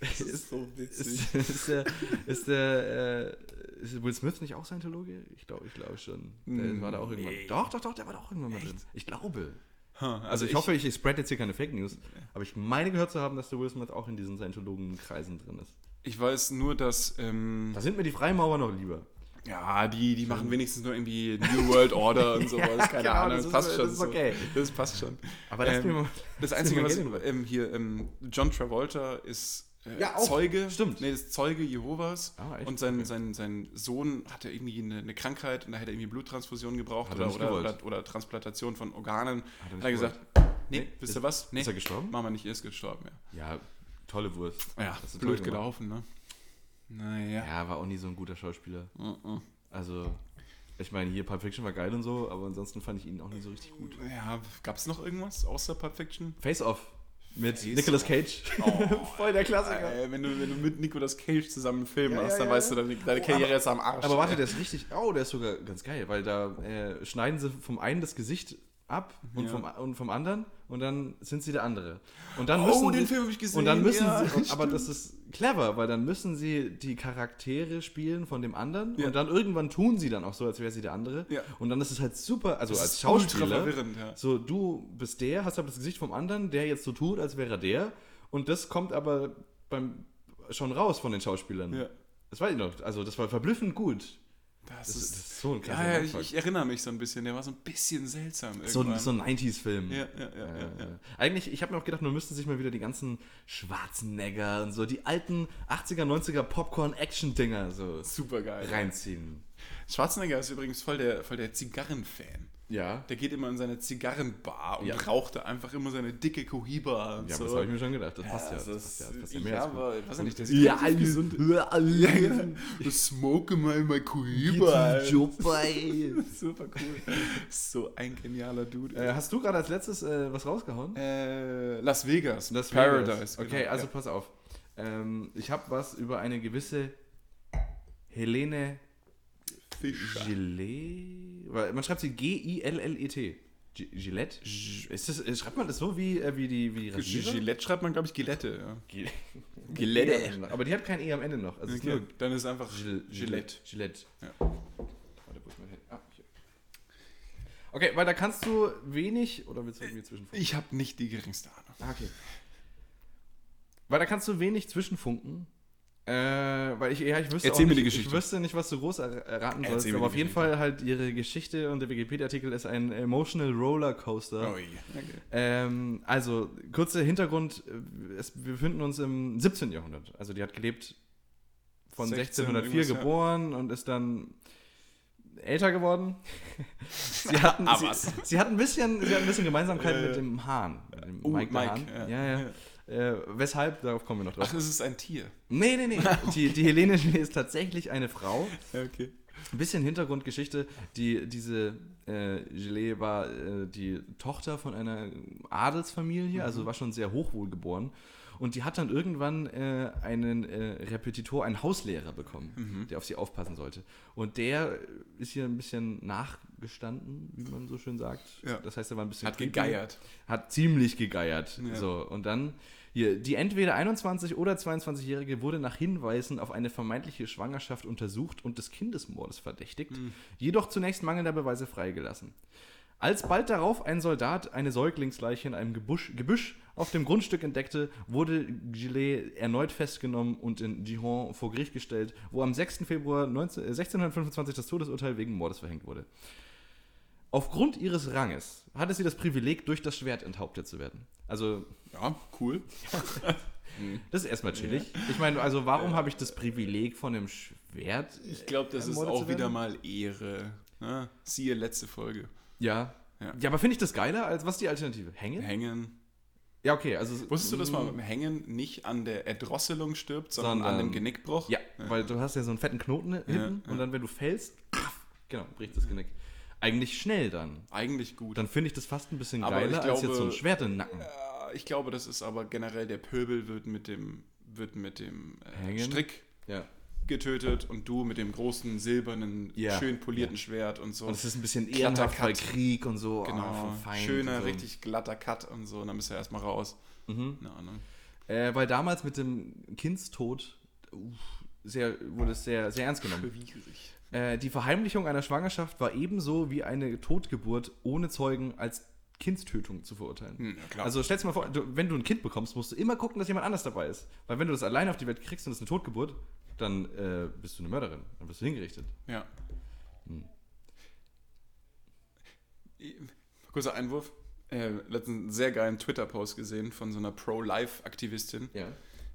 A: Das
B: Ist-
A: so
B: Ist, ist der, ist der äh, ist Will Smith nicht auch Scientologe? Ich glaube, ich glaube schon. Der
A: Mm,
B: war da auch irgendwann.
A: nee.
B: Doch, doch, doch, der war da auch irgendwann mal drin. Ich glaube.
A: Ha,
B: Also ich, hoffe, ich, ich spread jetzt hier keine Fake News, aber ich meine gehört zu haben, dass der Will Smith auch in diesen Scientologenkreisen drin ist.
A: ich weiß nur, dass ähm,
B: Da sind mir die Freimaurer noch lieber.
A: ja, die, die machen wenigstens nur irgendwie New World Order und sowas. Keine
B: genau, das
A: Ahnung, das
B: ist-
A: passt
B: das
A: schon.
B: ist
A: so.
B: okay.
A: Das passt schon.
B: Aber lass
A: Ähm,
B: mir mal.
A: Das
B: lass
A: Einzige,
B: mir mal
A: was
B: Geld in Ruhe.
A: ähm, hier, ähm, John Travolta ist äh,
B: Ja, auch.
A: Zeuge.
B: Stimmt.
A: Nee, ist Zeuge Jehovas.
B: Ah, echt?
A: und sein,
B: Okay.
A: sein, sein Sohn hatte irgendwie eine, eine Krankheit und da hätte er irgendwie Bluttransfusion gebraucht
B: Hat er
A: oder,
B: nicht
A: oder,
B: gewollt.
A: oder, oder Transplantation von Organen. Hat
B: er
A: er,
B: nicht
A: gesagt, nee,
B: Nee,
A: wisst
B: ist-
A: ihr was? Nee,
B: Ist er gestorben?
A: Mama nicht, er ist gestorben,
B: Ja, tolle Wurst.
A: ja. Ja,
B: Hast du
A: blöd
B: toll gemacht.
A: gelaufen, ne? Naja.
B: Ja, war auch nie so ein guter Schauspieler.
A: Mhm.
B: Also, ich meine, hier Pulp Fiction war geil und so, aber ansonsten fand ich ihn auch nie so richtig gut.
A: Ja, gab es noch irgendwas außer Pulp Fiction?
B: Face Off mit
A: Face
B: Nicolas
A: Off.
B: Cage. Voll der Klassiker.
A: Ey, Äh, wenn, du, wenn du mit Nicolas Cage zusammen einen Film
B: Ja,
A: machst,
B: ja,
A: dann
B: ja,
A: weißt
B: ja.
A: du, deine, deine
B: Oh,
A: Karriere
B: aber-
A: ist am Arsch.
B: Aber warte,
A: ey.
B: der ist richtig. Oh, der ist sogar ganz geil, weil da äh, schneiden sie vom einen das Gesicht ab und,
A: Ja.
B: vom, und vom anderen und dann sind sie der andere. Und dann
A: Oh,
B: müssen
A: den
B: sie,
A: Film hab ich gesehen,
B: Und dann müssen
A: ja,
B: sie, und, aber das ist clever, weil dann müssen sie die Charaktere spielen von dem anderen
A: Ja.
B: und dann irgendwann tun sie dann auch so, als wäre sie der andere.
A: Ja.
B: Und dann ist es halt super, also
A: Das
B: als
A: ist ultra
B: Schauspieler.
A: verwirrend, ja.
B: So, du bist der, hast aber das Gesicht vom anderen, der jetzt so tut, als wäre er der. Und das kommt aber beim schon raus von den Schauspielern.
A: Ja.
B: Das weiß ich noch. Also, das war verblüffend gut.
A: Das,
B: Das ist,
A: ist,
B: das ist so ein krasser
A: ja, ja, ich,
B: Mindfuck.
A: ich erinnere mich so ein bisschen. Der war so ein bisschen seltsam
B: so,
A: irgendwann.
B: ein- so ein 90s-Film.
A: ja, ja, ja, ja, ja.
B: Äh, Eigentlich, ich habe mir auch gedacht, man müsste sich mal wieder die ganzen Schwarzenegger und so, die alten 80er, 90er Popcorn-Action-Dinger so
A: Super geil.
B: reinziehen.
A: Schwarzenegger ist übrigens voll der, voll der Zigarrenfan.
B: Ja.
A: Der geht immer in seine Zigarrenbar und
B: Ja.
A: raucht da einfach immer seine dicke Cohiba und
B: Ja, aber
A: so.
B: das habe ich mir schon gedacht. Das passt ja.
A: das
B: Das passt
A: ist,
B: ja, das passt ja
A: ja,
B: mehr als gut.
A: aber weiß ich nicht, der sieht
B: Ja,
A: relativ
B: alles
A: gesund. Ich smoke immer in mein Cohiba. Super cool. So ein genialer Dude.
B: Äh, Hast du gerade als letztes äh, was rausgehauen?
A: Äh, Las Vegas.
B: Las Vegas.
A: Paradise.
B: Okay,
A: genau,
B: also pass auf. Ähm, ich habe was über eine gewisse Helene
A: ja. Fischer.
B: Gillet. weil Man schreibt sie G-I-L-L-E-T. E Gi- Gillette? Ist das, äh, schreibt man das so wie, äh, wie die wie Rasierer?
A: Gillette schreibt man, glaube ich, Gillette. Ja.
B: Gi-
A: Gillette.
B: Aber die hat kein E am Ende noch. Also es ist
A: Okay.
B: nur
A: Dann ist einfach
B: Gil-
A: Gillette.
B: Gillette.
A: Ja.
B: Warte, wo ist mein Handy? Ah, hier. Okay, weil da kannst du wenig. Oder willst du irgendwie zwischenfunken?
A: Ich habe nicht die geringste Ahnung.
B: Ah, okay. Weil da kannst du wenig zwischenfunken. Äh, weil ich, ja, ich wüsste
A: Erzähl
B: auch
A: mir
B: nicht,
A: die Geschichte.
B: Ich wüsste nicht, was du groß er- erraten
A: Erzähl
B: sollst,
A: mir die
B: aber auf jeden
A: Geschichte.
B: Fall halt ihre Geschichte und der Wikipedia-Artikel ist ein Emotional
A: Oh,
B: Rollercoaster.
A: Okay.
B: Ähm, also, kurzer Hintergrund, äh, es, wir befinden uns im 17. Jahrhundert. Also die hat gelebt von
A: 16
B: 1604
A: irgendwas, ja.
B: geboren und ist dann älter geworden. sie, hatten,
A: Ah,
B: sie,
A: was?
B: sie hat ein bisschen, sie hat ein bisschen Gemeinsamkeiten
A: Äh,
B: mit dem Hahn. Mit dem
A: Oh, Mike,
B: Mike, der Hahn.
A: ja.
B: ja. ja. Äh, weshalb, darauf kommen wir noch drauf.
A: Ach, es ist ein Tier.
B: nee, nee, nee. Die, die Helene Schlee ist tatsächlich eine Frau.
A: Okay.
B: Ein bisschen Hintergrundgeschichte. Die, diese äh, Gelee war äh, die Tochter von einer
A: Mhm.
B: Adelsfamilie, also war schon sehr hochwohlgeboren. Und die hat dann irgendwann äh, einen äh, Repetitor, einen Hauslehrer bekommen,
A: Mhm.
B: der auf sie aufpassen sollte. Und der ist hier ein bisschen nachgestanden, wie man so schön sagt.
A: Ja.
B: Das heißt, er war ein bisschen
A: Hat
B: creepy
A: gegeiert.
B: hat ziemlich gegeiert.
A: Ja.
B: So, und dann hier, die entweder 21- oder 22-Jährige wurde nach Hinweisen auf eine vermeintliche Schwangerschaft untersucht und des Kindesmordes verdächtigt, jedoch zunächst mangelnder Beweise freigelassen. Als bald darauf ein Soldat eine Säuglingsleiche in einem Gebusch, Gebüsch auf dem Grundstück entdeckte, wurde Gillet erneut festgenommen und in Dijon vor Gericht gestellt, wo am 6. Februar 19, äh, 1625 das Todesurteil wegen Mordes verhängt wurde. Aufgrund ihres Ranges hatte sie das Privileg, durch das Schwert enthauptet zu werden. Also,
A: Ja, cool.
B: das ist erstmal chillig. Ich meine, also warum habe ich das Privileg von dem Schwert?
A: Ich glaube, das ist
B: ermordet
A: auch
B: zu werden?
A: wieder mal Ehre. Ne? Siehe letzte Folge.
B: Ja.
A: Ja.
B: Ja, aber finde ich das geiler als was ist die Alternative? Hängen?
A: Hängen.
B: Ja, okay. Also,
A: Wusstest du, dass man beim Hängen nicht an der Erdrosselung stirbt, Mhm. sondern,
B: Sondern-
A: an dem Genickbruch?
B: Ja, weil du hast ja so einen fetten Knoten hinten und dann, wenn du fällst, paff, genau, bricht das Genick. Eigentlich schnell dann.
A: Eigentlich gut.
B: Dann finde ich das fast ein bisschen
A: Aber ich
B: geiler als jetzt
A: glaube-
B: so ein Schwert im Nacken.
A: Äh, ich glaube, das ist aber generell, der Pöbel wird mit dem, wird mit dem äh,
B: Hängen?
A: Strick
B: Ja.
A: getötet und du mit dem großen silbernen,
B: Ja.
A: schön polierten Schwert und so.
B: Und es ist ein bisschen
A: Glatter
B: ehrenhaft bei
A: Cut.
B: Krieg und so. ah,
A: Genau,
B: vom Feind
A: schöner,
B: und so.
A: richtig glatter Cut und so, und dann bist du erstmal raus. ne?
B: Mhm.
A: Keine Ahnung.
B: Äh, weil damals mit dem Kindstod uff, sehr, wurde es sehr, sehr ernst genommen.
A: Schwierig.
B: Äh, die Verheimlichung einer Schwangerschaft war ebenso wie eine Totgeburt ohne Zeugen als Kindstötung zu verurteilen.
A: Hm, ja, klar.
B: Also stellst dir mal vor, du, wenn du ein Kind bekommst, musst du immer gucken, dass jemand anders dabei ist. Weil wenn du das alleine auf die Welt kriegst und es ist eine Totgeburt, dann äh, bist du eine Mörderin. Dann wirst du hingerichtet.
A: Ja.
B: Hm.
A: Kurzer Einwurf. Äh, letztens einen sehr geilen Twitter-Post gesehen von so einer Pro-Life-Aktivistin.
B: Ja.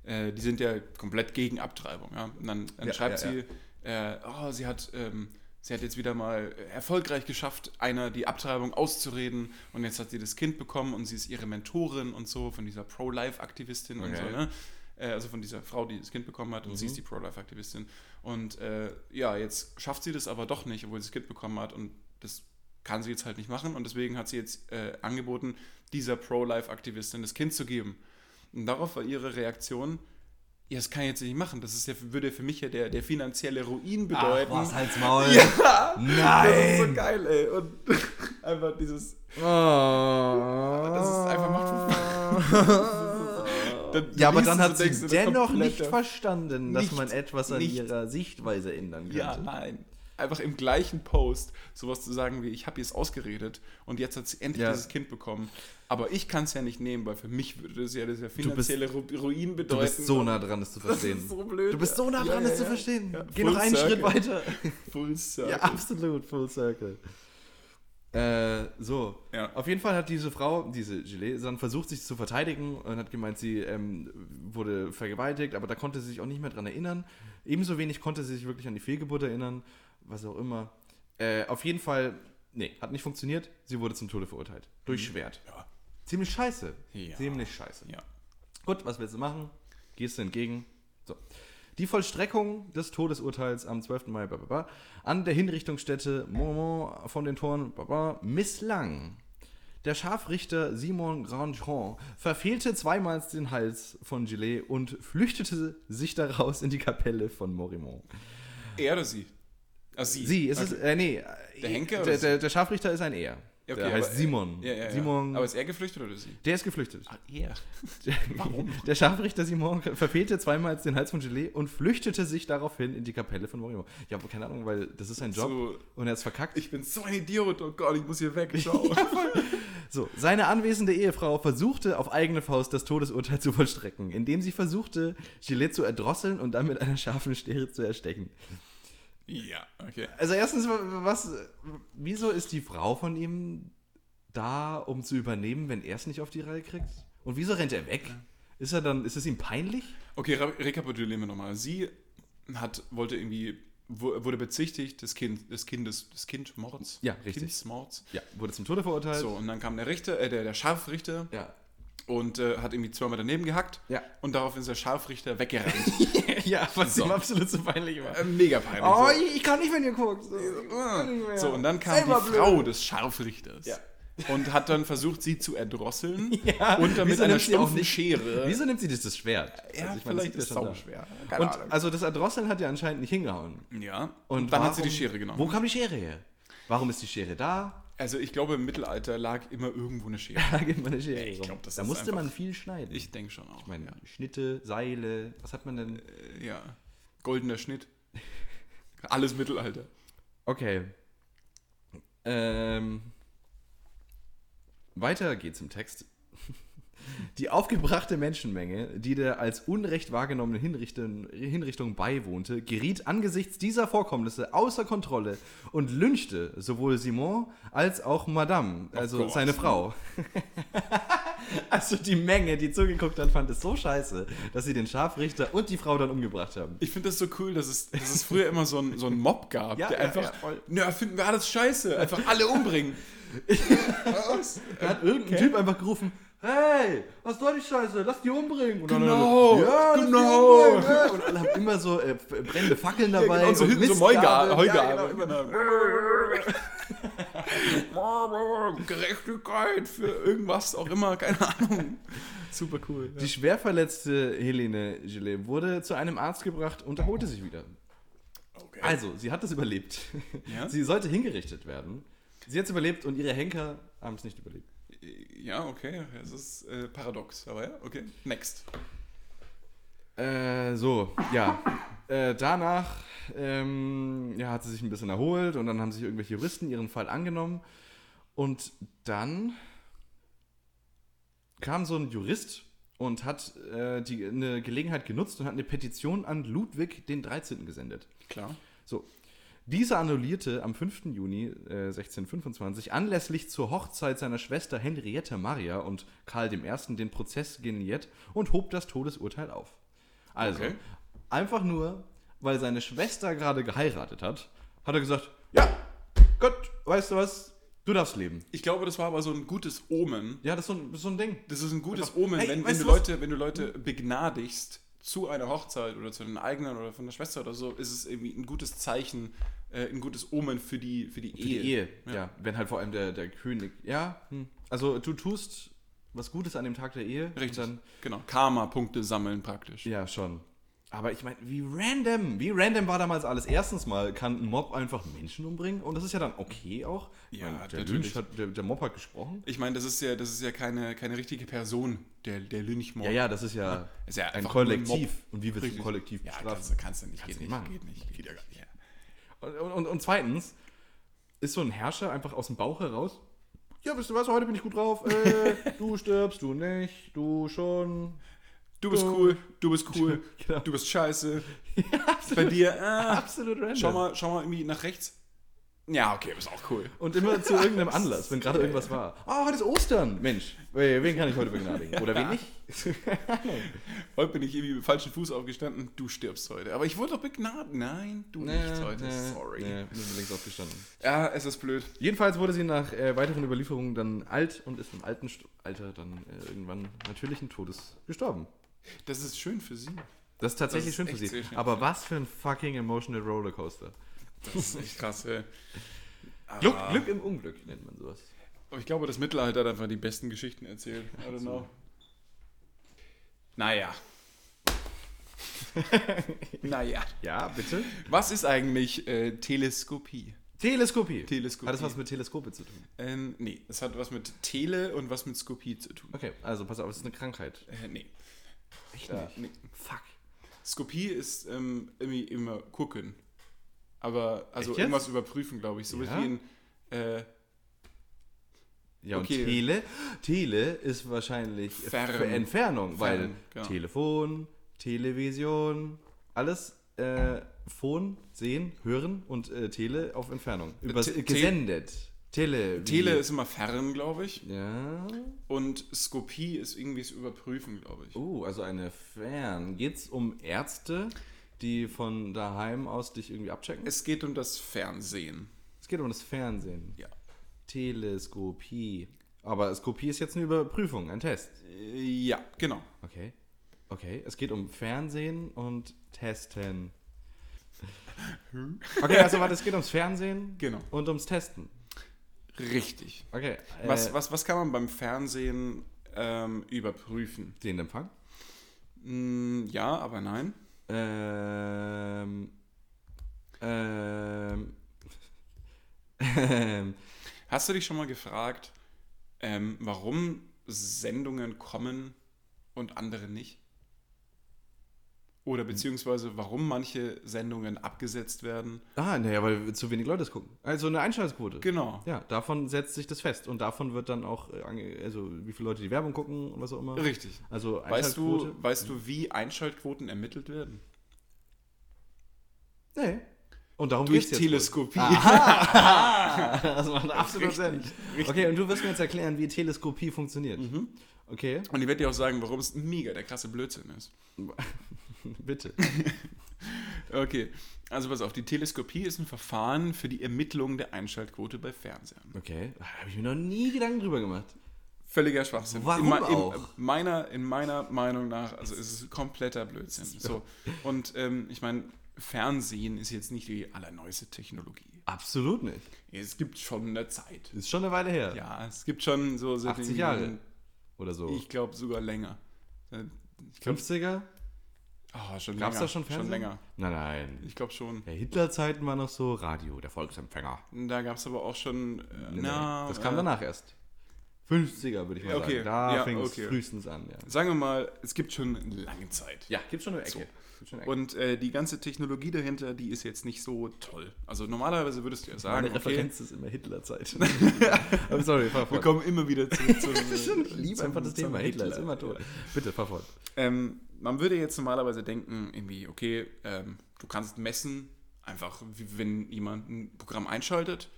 A: Äh, die sind ja komplett gegen Abtreibung. Ja? Und dann, dann
B: Ja,
A: schreibt
B: ja,
A: sie, Äh, oh, sie hat, ähm, sie hat jetzt wieder mal erfolgreich geschafft, einer die Abtreibung auszureden und jetzt hat sie das Kind bekommen und sie ist ihre Mentorin und so von dieser Pro-Life-Aktivistin und
B: Okay. Mhm.
A: so. Ne? Äh, Also von dieser Frau, die das Kind bekommen hat und sie ist die Pro-Life-Aktivistin. Und äh, ja, jetzt schafft sie das aber doch nicht, obwohl sie das Kind bekommen hat und das kann sie jetzt halt nicht machen und deswegen hat sie jetzt äh, angeboten, dieser Pro-Life-Aktivistin das Kind zu geben. Und darauf war ihre Reaktion, ja, das kann ich jetzt nicht machen. Das ist ja, würde für mich ja der, der finanzielle Ruin bedeuten.
B: halt's Maul.
A: Ja, das ist so
B: Nein!
A: geil, ey. Und einfach dieses.
B: Das
A: ist einfach- Dann
B: Oh. Ja, aber
A: liest
B: dann
A: es
B: hat
A: und
B: sie
A: denkst, das ist
B: dennoch
A: komplett
B: nicht
A: der-
B: verstanden, dass
A: Nicht-
B: man etwas an
A: nicht.
B: ihrer Sichtweise ändern könnte.
A: Ja, nein. einfach im gleichen Post sowas zu sagen wie, ich habe ihr es ausgeredet und jetzt hat sie endlich
B: Ja.
A: dieses Kind bekommen. Aber ich kann es ja nicht nehmen, weil für mich würde das ja das ja finanzielle Ru- Ruin bedeuten.
B: Du bist so nah dran, es zu
A: Das
B: verstehen.
A: ist so blöd.
B: Du bist so nah
A: Ja,
B: dran,
A: ja,
B: es zu
A: ja.
B: verstehen.
A: Ja,
B: Geh noch
A: full
B: einen Schritt
A: circle.
B: weiter.
A: Full circle.
B: Ja, absolut, full circle. Äh, so.
A: Ja.
B: Auf jeden Fall hat diese Frau, diese Gilet, dann versucht, sich zu verteidigen und hat gemeint, sie ähm, wurde vergewaltigt, aber da konnte sie sich auch nicht mehr dran erinnern. Ebenso wenig konnte sie sich wirklich an die Fehlgeburt erinnern, was auch immer. Äh, auf jeden Fall, nee, hat nicht funktioniert. Sie wurde zum Tode verurteilt. Durch Schwert.
A: Ja.
B: Ziemlich scheiße.
A: Mhm. Ja.
B: Ziemlich scheiße.
A: ja.
B: Gut, was willst du machen? Gehst du entgegen? So. Die Vollstreckung des Todesurteils am 12. Mai bla, bla, bla, an der Hinrichtungsstätte Montmont von den Toren bla, bla, misslang. Der Scharfrichter Simon Grandjean verfehlte zweimal den Hals von Gillet und flüchtete sich daraus in die Kapelle von Morimont.
A: Er oder sie? Ah, sie.
B: Sie, es ist, äh, nee,
A: Der Henker oder
B: der,
A: sie?
B: der, der Scharfrichter ist ein Er.
A: Ja,
B: der
A: okay,
B: heißt
A: aber- äh,
B: Simon.
A: Ja, ja, ja.
B: Simon,
A: Aber ist er geflüchtet oder sie?
B: der ist geflüchtet.
A: Ah, er. Warum?
B: Der Scharfrichter Simon verfehlte zweimal den Hals von Gillet und flüchtete sich daraufhin in die Kapelle von Morimo. Ich habe keine Ahnung, weil das ist sein Job
A: So.
B: und er ist verkackt.
A: Ich bin so ein Idiot, oh Gott, ich muss hier weg. Ciao.
B: So, seine anwesende Ehefrau versuchte auf eigene Faust das Todesurteil zu vollstrecken, indem sie versuchte, Gillet zu erdrosseln und dann mit einer scharfen Schere zu erstechen.
A: ja, okay.
B: Also erstens, was, wieso ist die Frau von ihm da, um zu übernehmen, wenn er es nicht auf die Reihe kriegt? Und wieso rennt er weg? Ist er dann, ist es ihm peinlich?
A: Okay, re- rekapitulieren wir nochmal. Sie hat, wollte irgendwie, wu- wurde bezichtigt des, kind, des Kindes, des Kindmords.
B: Ja, richtig.
A: Kindsmords.
B: Ja, wurde zum Tode verurteilt.
A: So, und dann kam der Richter, äh, der, der Scharfrichter
B: Ja.
A: und äh, hat irgendwie zweimal daneben gehackt.
B: Ja.
A: Und daraufhin ist der Scharfrichter weggerannt.
B: ja, was
A: So.
B: ihm absolut so peinlich war.
A: Äh, Mega peinlich.
B: Oh,
A: so.
B: ich, ich kann nicht, wenn ihr guckt. So,
A: So, und dann kam
B: Selber
A: die
B: blöd.
A: Frau des Scharfrichters
B: Ja.
A: und hat dann versucht, sie zu erdrosseln
B: Ja,
A: und dann mit
B: wieso
A: einer
B: nimmt sie auch
A: stumpfen
B: nicht-
A: Schere.
B: Wieso nimmt sie das, das Schwert?
A: Ja,
B: Also, ich meine, das
A: vielleicht
B: liegt
A: ist
B: ja
A: es
B: schon
A: sau
B: da.
A: schwer.
B: Und also das Erdrosseln hat ja anscheinend nicht hingehauen.
A: ja,
B: Und
A: und dann hat sie die
B: warum-
A: Schere genommen.
B: Wo kam die Schere her? Warum ist die Schere da?
A: Also ich glaube, im Mittelalter lag immer irgendwo eine Schere.
B: Da geht man eine Schere.
A: Ja, ich
B: rum.
A: glaub, das
B: da
A: ist
B: musste man
A: einfach-
B: viel schneiden.
A: Ich denke schon auch.
B: Ich meine, Schnitte, Seile, was hat man
A: Äh,
B: denn?
A: ja, goldener Schnitt. Alles Mittelalter.
B: Okay. Ähm, weiter geht's im Text. Die aufgebrachte Menschenmenge, die der als unrecht wahrgenommenen Hinrichtung, Hinrichtung beiwohnte, geriet angesichts dieser Vorkommnisse außer Kontrolle und lynchte sowohl Simon als auch Madame, also
A: course.
B: seine Frau. also die Menge, die zugeguckt hat, fand es so scheiße, dass sie den Scharfrichter und die Frau dann umgebracht haben.
A: Ich finde das so cool, dass es, dass es früher immer so einen so einen Mob gab,
B: Ja,
A: der
B: ja,
A: einfach,
B: ja, voll.
A: na, finden wir alles scheiße, einfach alle umbringen. Was?
B: Da hat irgendein Typ einfach gerufen, hey, was soll die Scheiße, lass die umbringen. Und
A: Genau,
B: alle, ja,
A: genau."
B: genau. Umbringen, ja. Und alle haben immer so äh, f- brennende Fackeln dabei.
A: genau, so
B: und
A: hinten so
B: Mistgabeln.
A: Heuga-
B: Ja,
A: Heugabe.
B: genau, immer.
A: Gerechtigkeit für irgendwas auch immer, keine Ahnung. Super cool. Ja.
B: Die schwer verletzte Helene Gillet wurde zu einem Arzt gebracht und erholte sich wieder.
A: Okay.
B: Also, sie hat es überlebt.
A: Ja?
B: Sie sollte hingerichtet werden. Sie hat es überlebt und ihre Henker haben es nicht überlebt.
A: ja, okay, es ist äh, paradox, aber ja, okay. Next.
B: Äh, so, ja. Äh, danach ähm, ja, hat sie sich ein bisschen erholt und dann haben sich irgendwelche Juristen ihren Fall angenommen. Und dann kam so ein Jurist und hat äh, die, eine Gelegenheit genutzt und hat eine Petition an Ludwig den 13. gesendet.
A: Klar.
B: So. Dieser annullierte am 5. Juni äh, 1625 anlässlich zur Hochzeit seiner Schwester Henriette Maria und Karl I. den Prozess gegen Jett und hob das Todesurteil auf. Also,
A: Okay.
B: einfach nur, weil seine Schwester gerade geheiratet hat, hat er gesagt, ja, Gott, weißt du was, du darfst leben.
A: Ich glaube, das war aber so ein gutes Omen.
B: Ja, das ist so ein, das ist so ein Ding.
A: Das ist ein gutes
B: Einfach,
A: Omen,
B: hey,
A: wenn, wenn,
B: weißt
A: du
B: du was?
A: Leute, wenn du Leute begnadigst zu einer Hochzeit oder zu den eigenen oder von der Schwester oder so, ist es irgendwie ein gutes Zeichen, äh, ein gutes Omen für die, für die
B: Für die
A: Ehe.
B: Ehe, ja. Wenn halt vor allem der, der König, ja, hm. also du tust was Gutes an dem Tag der Ehe. und
A: Richtig.
B: Dann,
A: genau. Karma-Punkte sammeln praktisch.
B: Ja, schon. Aber ich meine, wie random, wie random war damals alles. Erstens mal kann ein Mob einfach Menschen umbringen und das ist ja dann okay auch. Ich
A: Ja,
B: mein, der, Lynch
A: natürlich.
B: hat, der, der Mob hat gesprochen.
A: Ich meine, das ist ja, das ist ja keine, keine richtige Person, der, der Lynchmob.
B: Ja, ja, das ist ja,
A: Ist ja
B: ein
A: einfach nur ein
B: Kollektiv.
A: Mob.
B: und wie willst du ein
A: Richtig.
B: Kollektiv
A: Ja,
B: bestrafen?
A: kannst, du- kannst du nicht.
B: Kannst
A: geht
B: du nicht machen.
A: Geht nicht. Geht ja gar nicht.
B: Und, und, und zweitens ist so ein Herrscher einfach aus dem Bauch heraus. Ja, wisst ihr was, heute bin ich gut drauf. Äh, du stirbst, du nicht, du schon.
A: Du bist cool, du bist cool,
B: Genau.
A: du bist scheiße. Bei
B: absolut,
A: dir, ah,
B: absolut random.
A: schau mal, schau mal irgendwie nach rechts. Ja, okay, bist auch cool.
B: Und immer zu irgendeinem Anlass, wenn gerade irgendwas war. Ah, heute ist Ostern. Mensch, we- wen kann ich heute begnadigen? Oder wen nicht?
A: Heute bin ich irgendwie mit dem falschen Fuß aufgestanden, du stirbst heute. Aber ich wurde doch begnadet. Nein, du nicht heute, sorry.
B: Nee, bin links aufgestanden.
A: Ja, es ist blöd.
B: Jedenfalls wurde sie nach äh, weiteren Überlieferungen dann alt und ist im alten St Alter dann äh, irgendwann natürlichen Todes gestorben.
A: Das ist schön für sie.
B: Das ist tatsächlich
A: ist
B: schön für
A: echt
B: sie.
A: sehr schön.
B: Aber was für ein fucking emotional Rollercoaster.
A: Das ist echt krass, ey.
B: Glück, Glück im Unglück nennt man sowas.
A: Aber ich glaube, das Mittelalter hat einfach die besten Geschichten erzählt. I don't know. Naja. naja.
B: Ja, bitte.
A: Was ist eigentlich äh, Teleskopie?
B: Teleskopie.
A: Teleskopie.
B: Hat das was mit Teleskope zu tun?
A: Ähm, nee, es hat was mit Tele und was mit Skopie zu tun.
B: Okay, also pass auf, es ist eine Krankheit.
A: Äh, nee.
B: Echt
A: Ja, nee.
B: Fuck.
A: Skopie ist ähm, irgendwie immer gucken. Aber, also
B: Echt jetzt?
A: irgendwas überprüfen, glaube ich. So
B: Ja?
A: wie ein. Äh,
B: Ja, und
A: Okay.
B: Tele, Tele ist wahrscheinlich
A: Fern.
B: Ver Entfernung, weil
A: Fern, genau.
B: Telefon, Television, alles äh, Phon, sehen, hören und äh, Tele auf Entfernung. Übers,
A: Äh, Te-
B: gesendet. Tele. wie-
A: Tele ist immer fern, glaube ich.
B: Ja.
A: Und Skopie ist irgendwie das Überprüfen, glaube ich.
B: Oh, also eine Fern. Geht's um Ärzte, die von daheim aus dich irgendwie abchecken?
A: Es geht um das Fernsehen.
B: Es geht um das Fernsehen.
A: Ja.
B: Teleskopie. Aber Skopie ist jetzt eine Überprüfung, ein Test.
A: Äh, Ja, genau.
B: Okay. Okay, es geht um Fernsehen und Testen. Okay, also warte, es geht ums Fernsehen
A: Hm? Genau.
B: und ums Testen.
A: Richtig.
B: Okay.
A: Was,
B: äh,
A: was, was kann man beim Fernsehen ähm, überprüfen?
B: Den Empfang?
A: Hm, ja, aber nein.
B: Ähm. Ähm. ähm
A: Hast du dich schon mal gefragt, ähm, warum Sendungen kommen und andere nicht? Oder beziehungsweise warum manche Sendungen abgesetzt werden?
B: ah, naja, weil zu wenig Leute es gucken. Also eine Einschaltquote.
A: Genau.
B: Ja, davon setzt sich das fest. Und davon wird dann auch, äh, ange- also wie viele Leute die Werbung gucken und was auch immer.
A: Richtig.
B: Also
A: Weißt du, weißt du, wie Einschaltquoten ermittelt werden?
B: Nee. Und darum
A: Durch
B: geht's jetzt wohl.
A: Teleskopie.
B: Das
A: Also
B: macht absolut Sinn. Okay, und du wirst mir jetzt erklären, wie Teleskopie funktioniert.
A: Mhm.
B: Okay,
A: Und ich werde dir auch sagen, warum es mega der krasse Blödsinn ist.
B: bitte.
A: Okay, also pass auf, die Teleskopie ist ein Verfahren für die Ermittlung der Einschaltquote bei Fernsehern.
B: Okay, da habe ich mir noch nie Gedanken drüber gemacht.
A: Völliger Schwachsinn.
B: Warum
A: in, ma-
B: auch?
A: In meiner, in meiner Meinung nach, also es ist kompletter Blödsinn. So. Und ähm, ich meine, Fernsehen ist jetzt nicht die allerneueste Technologie.
B: Absolut nicht.
A: Es gibt schon eine Zeit.
B: Ist schon eine Weile her.
A: Ja, es gibt schon so seit
B: 80
A: den-
B: Jahre oder so.
A: Ich glaube sogar länger. Seit- Ich glaub,
B: 50er?
A: oh, schon
B: Gab es
A: länger.
B: da schon Fernsehen?
A: Schon länger.
B: Nein, nein.
A: Ich glaube schon.
B: Der Hitler-Zeiten war noch so Radio, der Volksempfänger.
A: Da gab es aber auch schon. Äh,
B: Nee,
A: na,
B: nee. Das kam
A: äh,
B: danach erst. 50er würde ich mal
A: Okay,
B: sagen. Da
A: ja,
B: fing es
A: okay.
B: frühestens an. Ja,
A: äh, Sagen wir mal, es gibt schon eine lange Zeit.
B: ja gibt schon eine Ecke. Gibt schon eine Ecke.
A: Und äh, die ganze Technologie dahinter, die ist jetzt nicht so toll. Also normalerweise würdest du ja sagen,
B: Meine
A: okay,
B: Referenz ist immer Hitlerzeit. I'm sorry, fahr
A: wir
B: fort.
A: kommen immer wieder zurück zu
B: Ich liebe einfach das Thema Hitler, ist immer tot. Bitte, fahr fort.
A: Ähm, man würde jetzt normalerweise denken, irgendwie, okay, ähm, du kannst messen, einfach wie, wenn jemand ein Programm einschaltet,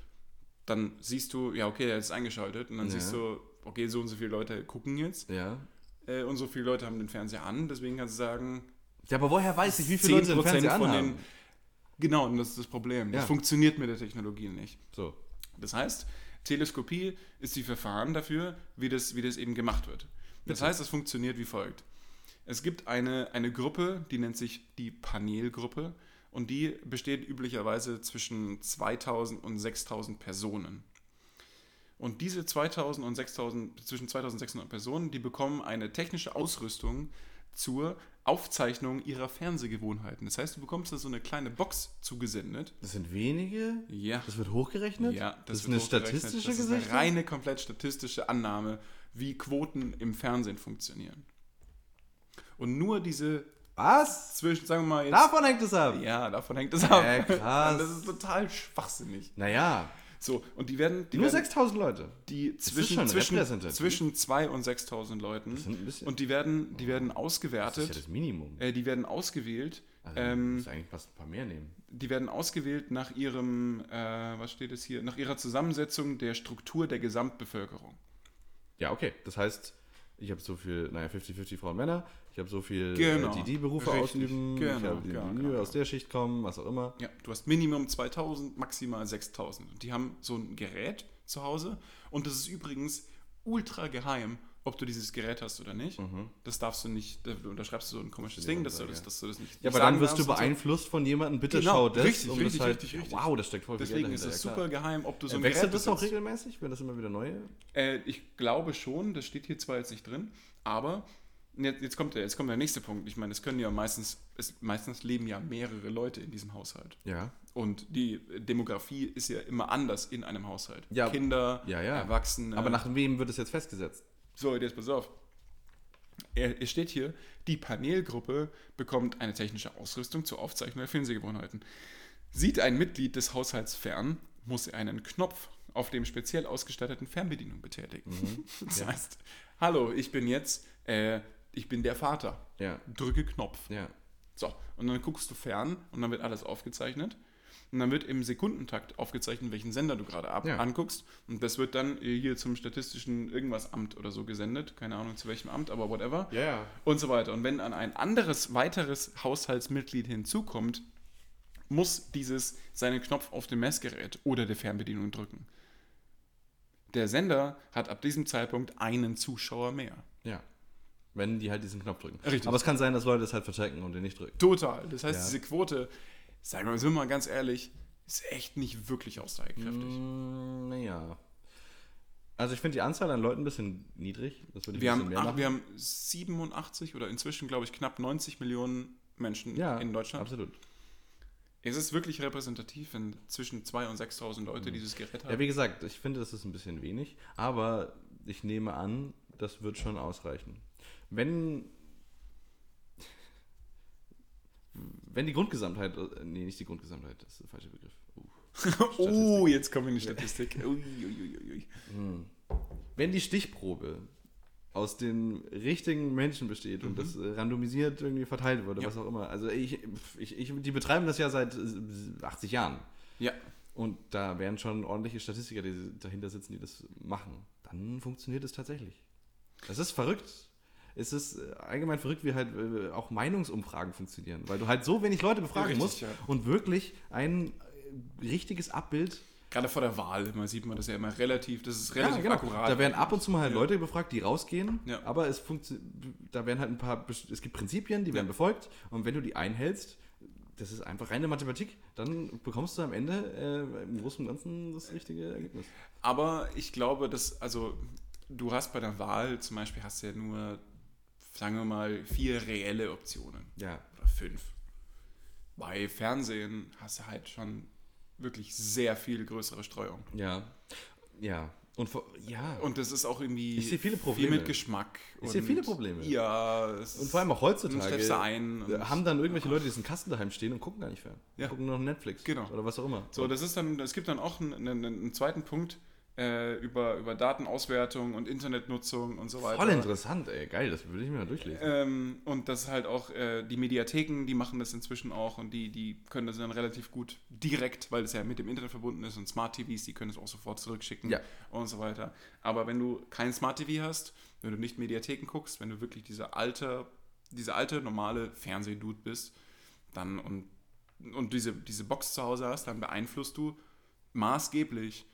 A: dann siehst du, ja, okay, er ist eingeschaltet und dann
B: Ja.
A: siehst du, okay, so und so viele Leute gucken jetzt
B: Ja.
A: äh, und so viele Leute haben den Fernseher an, deswegen kannst du sagen,
B: Ja, aber woher weiß ich, wie viele Leute den
A: 10%
B: Fernseher
A: von
B: anhaben?
A: den. Genau, und das ist das Problem. Das
B: Ja.
A: funktioniert mit der Technologie nicht.
B: so.
A: Das heißt, Teleskopie ist die Verfahren dafür, wie das, wie das eben gemacht wird. Das heißt, es funktioniert wie folgt. Es gibt eine, eine Gruppe, die nennt sich die Panelgruppe und die besteht üblicherweise zwischen 2000 und 6000 Personen. Und diese 2000 und 6000, zwischen 2600 Personen, die bekommen eine technische Ausrüstung zur Aufzeichnung ihrer Fernsehgewohnheiten. Das heißt, du bekommst da so eine kleine Box zugesendet.
B: Das sind wenige?
A: Ja.
B: Das wird hochgerechnet?
A: Ja,
B: das, ist
A: wird
B: eine
A: hochgerechnet.
B: statistische
A: Das ist eine
B: Gesicht.
A: reine, komplett statistische Annahme, wie Quoten im Fernsehen funktionieren. Und nur diese
B: Was?
A: Zwischen, sagen wir mal jetzt.
B: Davon hängt es ab.
A: Ja, davon hängt es ab.
B: Äh, krass.
A: Und das ist total schwachsinnig.
B: Naja,
A: So, und die werden. Die
B: nur
A: werden,
B: 6000 Leute.
A: die
B: ist
A: zwischen
B: schon
A: zwischen,
B: repräsentativ.
A: zwischen 2 und 6000 Leuten
B: sind ein bisschen-
A: und die werden die werden
B: Das ist ja
A: ausgewertet
B: das Minimum.
A: äh, die werden ausgewählt
B: Also,
A: ähm,
B: muss eigentlich fast ein paar mehr nehmen.
A: die werden ausgewählt nach ihrem äh, was steht es hier nach ihrer Zusammensetzung der Struktur der Gesamtbevölkerung
B: Ja, okay. Das heißt, ich habe so viel, naja, 50-50 Frauen, Männer. Ich habe so viel,
A: Genau.
B: äh, die die Berufe
A: Richtig.
B: ausüben.
A: Genau,
B: ich habe die,
A: genau,
B: die
A: genau.
B: aus der Schicht kommen, was auch immer.
A: ja du hast Minimum 2000 maximal 6000 und die haben so ein Gerät zu Hause und das ist übrigens ultra geheim ob du dieses Gerät hast oder nicht das darfst du nicht da unterschreibst du so ein komisches Ding dass du das, dass du das nicht
B: Ja,
A: nicht
B: Mhm. aber dann
A: sagen
B: wirst du
A: darfst und so.
B: beeinflusst von jemandem, bitte
A: Genau,
B: schau das.
A: richtig,
B: um
A: richtig,
B: das halt,
A: richtig, richtig.
B: Ja, wow, das steckt voll viel Geld
A: Deswegen ist es
B: dahinter, ja,
A: super
B: klar.
A: geheim, ob du so
B: Äh,
A: ein
B: Wechselt
A: Gerät
B: das auch
A: besitzt.
B: regelmäßig, wenn das immer wieder neue?
A: Äh, ich glaube schon, das steht hier zwar jetzt nicht drin, aber jetzt, jetzt, kommt der, jetzt kommt der nächste Punkt. Ich meine, es können ja meistens, es, meistens leben ja mehrere Leute in diesem Haushalt.
B: Ja.
A: Und die Demografie ist ja immer anders in einem Haushalt.
B: Ja.
A: Kinder,
B: Ja, ja.
A: Erwachsene.
B: Aber nach wem wird es jetzt festgesetzt?
A: so, jetzt pass auf. Er- Es steht hier, die Panelgruppe bekommt eine technische Ausrüstung zur Aufzeichnung der Fernsehgewohnheiten. Sieht ein Mitglied des Haushalts fern, muss er einen Knopf auf dem speziell ausgestatteten Fernbedienung betätigen.
B: Mhm.
A: Das heißt, hallo, ich bin jetzt, äh, ich bin der Vater.
B: Ja.
A: Drücke Knopf.
B: Ja.
A: So, und dann guckst du fern und dann wird alles aufgezeichnet. Und dann wird im Sekundentakt aufgezeichnet, welchen Sender du gerade ab-
B: Ja.
A: anguckst. Und das wird dann äh, hier zum statistischen irgendwas Amt oder so gesendet. Keine Ahnung zu welchem Amt, aber whatever.
B: Ja, ja.
A: Und so weiter. Und wenn dann ein anderes, weiteres Haushaltsmitglied hinzukommt, muss dieses seinen Knopf auf dem Messgerät oder der Fernbedienung drücken. Der Sender hat ab diesem Zeitpunkt einen Zuschauer mehr.
B: Ja. Wenn die halt diesen Knopf drücken.
A: Richtig.
B: Aber es kann sein, dass Leute das halt verchecken und den nicht drücken.
A: Total. Das heißt,
B: Ja.
A: diese Quote, sagen wir mal, sind wir mal ganz ehrlich, ist echt nicht wirklich aussagekräftig.
B: Mm, Naja. Also ich finde die Anzahl an Leuten ein bisschen niedrig. Das würde ich
A: Wir,
B: ein bisschen
A: haben,
B: mehr
A: ach,
B: machen.
A: wir haben 87 oder inzwischen, glaube ich, knapp 90 Millionen Menschen
B: ja,
A: in Deutschland.
B: Absolut.
A: Es ist wirklich repräsentativ, wenn zwischen 2.000 und 6.000 Leute dieses Gerät haben.
B: Mhm. Ja, wie gesagt, ich finde, das ist ein bisschen wenig, aber ich nehme an, das wird schon ausreichen. Wenn. Wenn die Grundgesamtheit. äh, Nee, nicht die Grundgesamtheit, das ist der falsche Begriff. Uh.
A: oh, jetzt kommen wir in die Statistik. Ui, ui, ui, ui, ui.
B: Wenn die Stichprobe aus den richtigen Menschen besteht und das äh, randomisiert irgendwie verteilt wurde,
A: Ja.
B: was auch immer. Also ich, ich, ich, die betreiben das ja seit äh, 80 Jahren.
A: Ja,
B: Und da werden schon ordentliche Statistiker die dahinter sitzen, die das machen. Dann funktioniert es tatsächlich. Es ist verrückt. Es ist äh, allgemein verrückt, wie halt äh, auch Meinungsumfragen funktionieren, weil du halt so wenig Leute befragen
A: Richtig,
B: musst
A: ja.
B: und wirklich ein äh, richtiges Abbild.
A: gerade vor der Wahl immer sieht man das ja immer relativ, das ist relativ akkurat.
B: genau. Da werden ab und zu mal halt Leute befragt, die rausgehen,
A: Ja.
B: aber es funktioniert. Da werden halt ein paar. best- Es gibt Prinzipien, die werden befolgt und wenn du die einhältst, das ist einfach reine Mathematik, dann bekommst du am Ende äh, im Großen und Ganzen das richtige Ergebnis.
A: Aber ich glaube, dass, also du hast bei der Wahl zum Beispiel hast du ja nur, sagen wir mal, vier reelle Optionen
B: Ja,
A: oder fünf. Bei Fernsehen hast du halt schon wirklich sehr viel größere Streuung.
B: ja, ja. Und vor, ja.
A: Und das ist auch irgendwie
B: Ich sehe viele
A: viel
B: Probleme.
A: mit Geschmack.
B: Ich sehe
A: und-
B: viele Probleme.
A: Ja. es
B: und vor allem auch heutzutage
A: Dann schläfst du ein und-
B: äh, haben dann irgendwelche Leute diesen Kasten daheim stehen und gucken gar nicht fern.
A: Ja.
B: Gucken noch Netflix
A: Genau.
B: oder was auch immer.
A: So, das ist dann, es gibt dann auch einen, einen, einen zweiten Punkt äh, über, über Datenauswertung und Internetnutzung und so weiter.
B: Voll interessant, ey. Geil, das würde ich mir mal durchlesen.
A: Ähm, und das halt auch äh, die Mediatheken, die machen das inzwischen auch und die, die können das dann relativ gut direkt, weil es ja mit dem Internet verbunden ist und Smart TVs, die können es auch sofort zurückschicken
B: Ja.
A: und so weiter. Aber wenn du kein Smart TV hast, wenn du nicht Mediatheken guckst, wenn du wirklich dieser alte, dieser alte normale Fernsehdude bist, dann und, und diese, diese Box zu Hause hast, dann beeinflusst du maßgeblich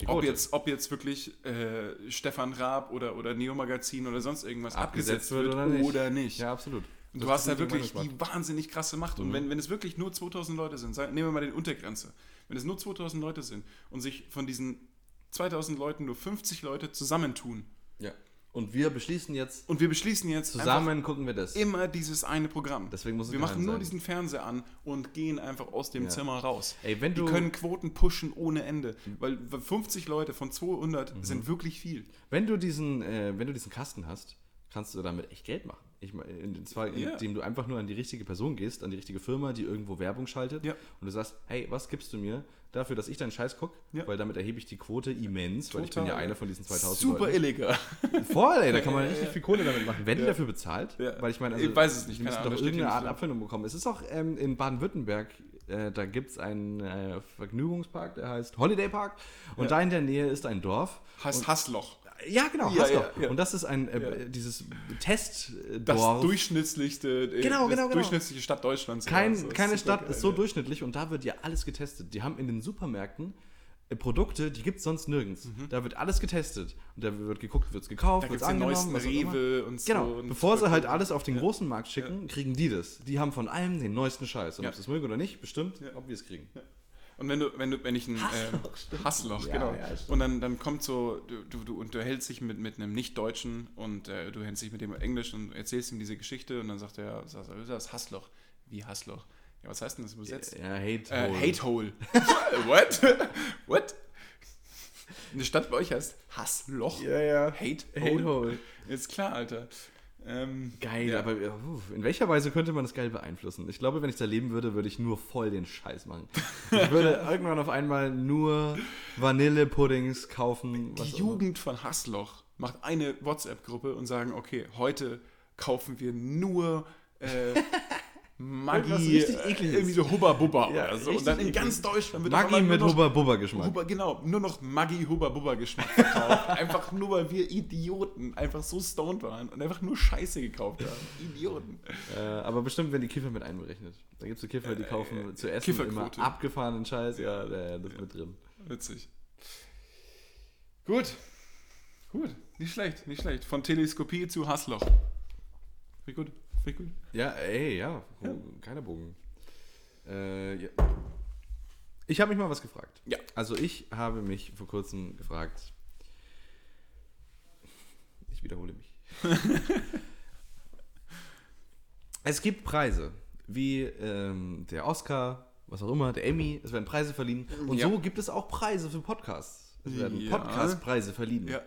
B: Die
A: ob
B: Quote.
A: jetzt, ob jetzt wirklich äh, Stefan Raab oder, oder Neo Magazin oder sonst irgendwas abgesetzt, wird oder nicht.
B: Ja, absolut.
A: Und
B: Das Mhm.
A: du hast
B: ist
A: da wirklich
B: meine Meinung.
A: die wahnsinnig krasse Macht. Und wenn, wenn es wirklich nur 2000 Leute sind, sagen, nehmen wir mal den Untergrenze, wenn es nur 2000 Leute sind und sich von diesen 2000 Leuten nur 50 Leute zusammentun
B: Ja. Und wir beschließen jetzt,
A: und wir beschließen jetzt einfach
B: zusammen gucken wir das.
A: immer dieses eine Programm.
B: Deswegen muss es
A: wir
B: geheim
A: machen nur
B: sein.
A: diesen Fernseher an und gehen einfach aus dem
B: Ja.
A: Zimmer raus.
B: Ey, wenn du- Mhm.
A: die können Quoten pushen ohne Ende, weil 50 Leute von 200 sind wirklich viel.
B: Wenn du diesen, äh, wenn du diesen Kasten hast, kannst du damit echt Geld machen. Ich meine, in- zwar
A: Ja.
B: indem du einfach nur an die richtige Person gehst, an die richtige Firma, die irgendwo Werbung schaltet
A: Ja.
B: und du sagst, hey, was gibst du mir dafür, dass ich deinen Scheiß gucke?
A: Ja.
B: Weil damit erhebe ich die Quote immens, weil ich bin ja
A: Total.
B: einer von diesen 2000
A: Super
B: Leuten.
A: illegal.
B: Voll, ey, da kann man richtig viel Kohle damit machen. Wenn die dafür bezahlt,
A: Ja.
B: weil ich meine, also,
A: Ich weiß es nicht,
B: die
A: keine
B: müssen
A: Ahnung,
B: doch
A: das steht hier
B: irgendeine Art
A: nicht so.
B: Abfindung bekommen. Es ist auch ähm, in Baden-Württemberg, äh, da gibt es einen äh, Vergnügungspark, der heißt Holiday Park und da in der Nähe ist ein Dorf.
A: Heißt Hassloch.
B: Ja, genau,
A: Ja,
B: Hassloch.
A: ja, ja.
B: Und das ist ein, äh,
A: Ja.
B: dieses Testdorf.
A: Das durchschnittlichste, äh,
B: Genau,
A: das
B: genau, genau.
A: durchschnittliche Stadt Deutschlands.
B: Kein,
A: Ja, das ist
B: keine Stadt
A: supergeil,
B: ist so
A: ja.
B: durchschnittlich und da wird ja alles getestet. Die haben in den Supermärkten äh, Produkte, die gibt es sonst nirgends. Da wird alles getestet. Und da wird geguckt, wird es
A: Mhm. Da
B: gekauft,
A: gibt
B: wird
A: es
B: es
A: den
B: angenommen.
A: neuesten
B: was auch immer.
A: Rewe und so.
B: Genau,
A: und
B: bevor sie halt alles auf den großen Markt schicken, kriegen die das. Die haben von allem den neuesten Scheiß. Und
A: Ja.
B: ob sie es mögen oder nicht, bestimmt,
A: Ja.
B: ob wir es kriegen.
A: Und wenn du, wenn du, wenn ich ein
B: Hassloch,
A: ähm,
B: stimmt.
A: Hassloch,
B: Ja,
A: genau.
B: ja, stimmt.
A: und dann, dann kommt so, du, du, du unterhältst dich mit, mit einem Nicht-Deutschen und äh, du hältst dich mit dem auf Englisch und erzählst ihm diese Geschichte und dann sagt er, ja, sagt er, das ist Hassloch. Wie Hassloch? Ja, was heißt denn das übersetzt?
B: Ja, Hate.
A: Äh,
B: Hole.
A: Hatehole. What? What? Eine Stadt bei euch heißt Hassloch.
B: Ja, ja.
A: Hatehole.
B: Hate Hole.
A: Ist klar, Alter. Ähm,
B: Geil,
A: ja.
B: aber äh, uff, in welcher Weise könnte man das geil beeinflussen? Ich glaube, wenn ich da leben würde, würde ich nur voll den Scheiß machen. Ich würde irgendwann auf einmal nur Vanillepuddings kaufen.
A: Die
B: was auch immer.
A: Jugend von Hassloch macht eine WhatsApp-Gruppe und sagen, okay, heute kaufen wir nur äh,
B: Irgendwas
A: Maggi,
B: richtig
A: äh,
B: Ekliges.
A: irgendwie so Hubba Bubba
B: Ja,
A: oder so.
B: richtig
A: Und dann in
B: eklig.
A: ganz Deutschland auf
B: Maggi
A: einmal
B: mit
A: nur noch
B: Hubba-Bubba-Geschmack.
A: Hubba, genau, nur noch Maggi Hubba Bubba Geschmack verkauft. einfach nur, weil wir Idioten einfach so stoned waren und einfach nur Scheiße gekauft haben. Idioten.
B: Äh, aber bestimmt werden die Kiffer mit einberechnet. Da gibt es so Kiffer, die kaufen zu essen immer
A: Äh, Kifferquote.
B: abgefahrenen Scheiß. Ja, äh, das ist mit drin.
A: Witzig. Gut. Gut. Nicht schlecht, nicht schlecht. Von Teleskopie zu Hassloch. Wie gut, wie gut.
B: Ja, ey, ja.
A: Ja.
B: Keiner Bogen. Äh, ja. Ich habe mich mal was gefragt.
A: Ja.
B: Also ich habe mich vor kurzem gefragt. Ich wiederhole mich. es gibt Preise, wie ähm, der Oscar, was auch immer, der Emmy. Es werden Preise verliehen. Und
A: Ja.
B: so gibt es auch Preise für Podcasts. Es werden
A: Ja.
B: Podcastpreise verliehen.
A: Ja.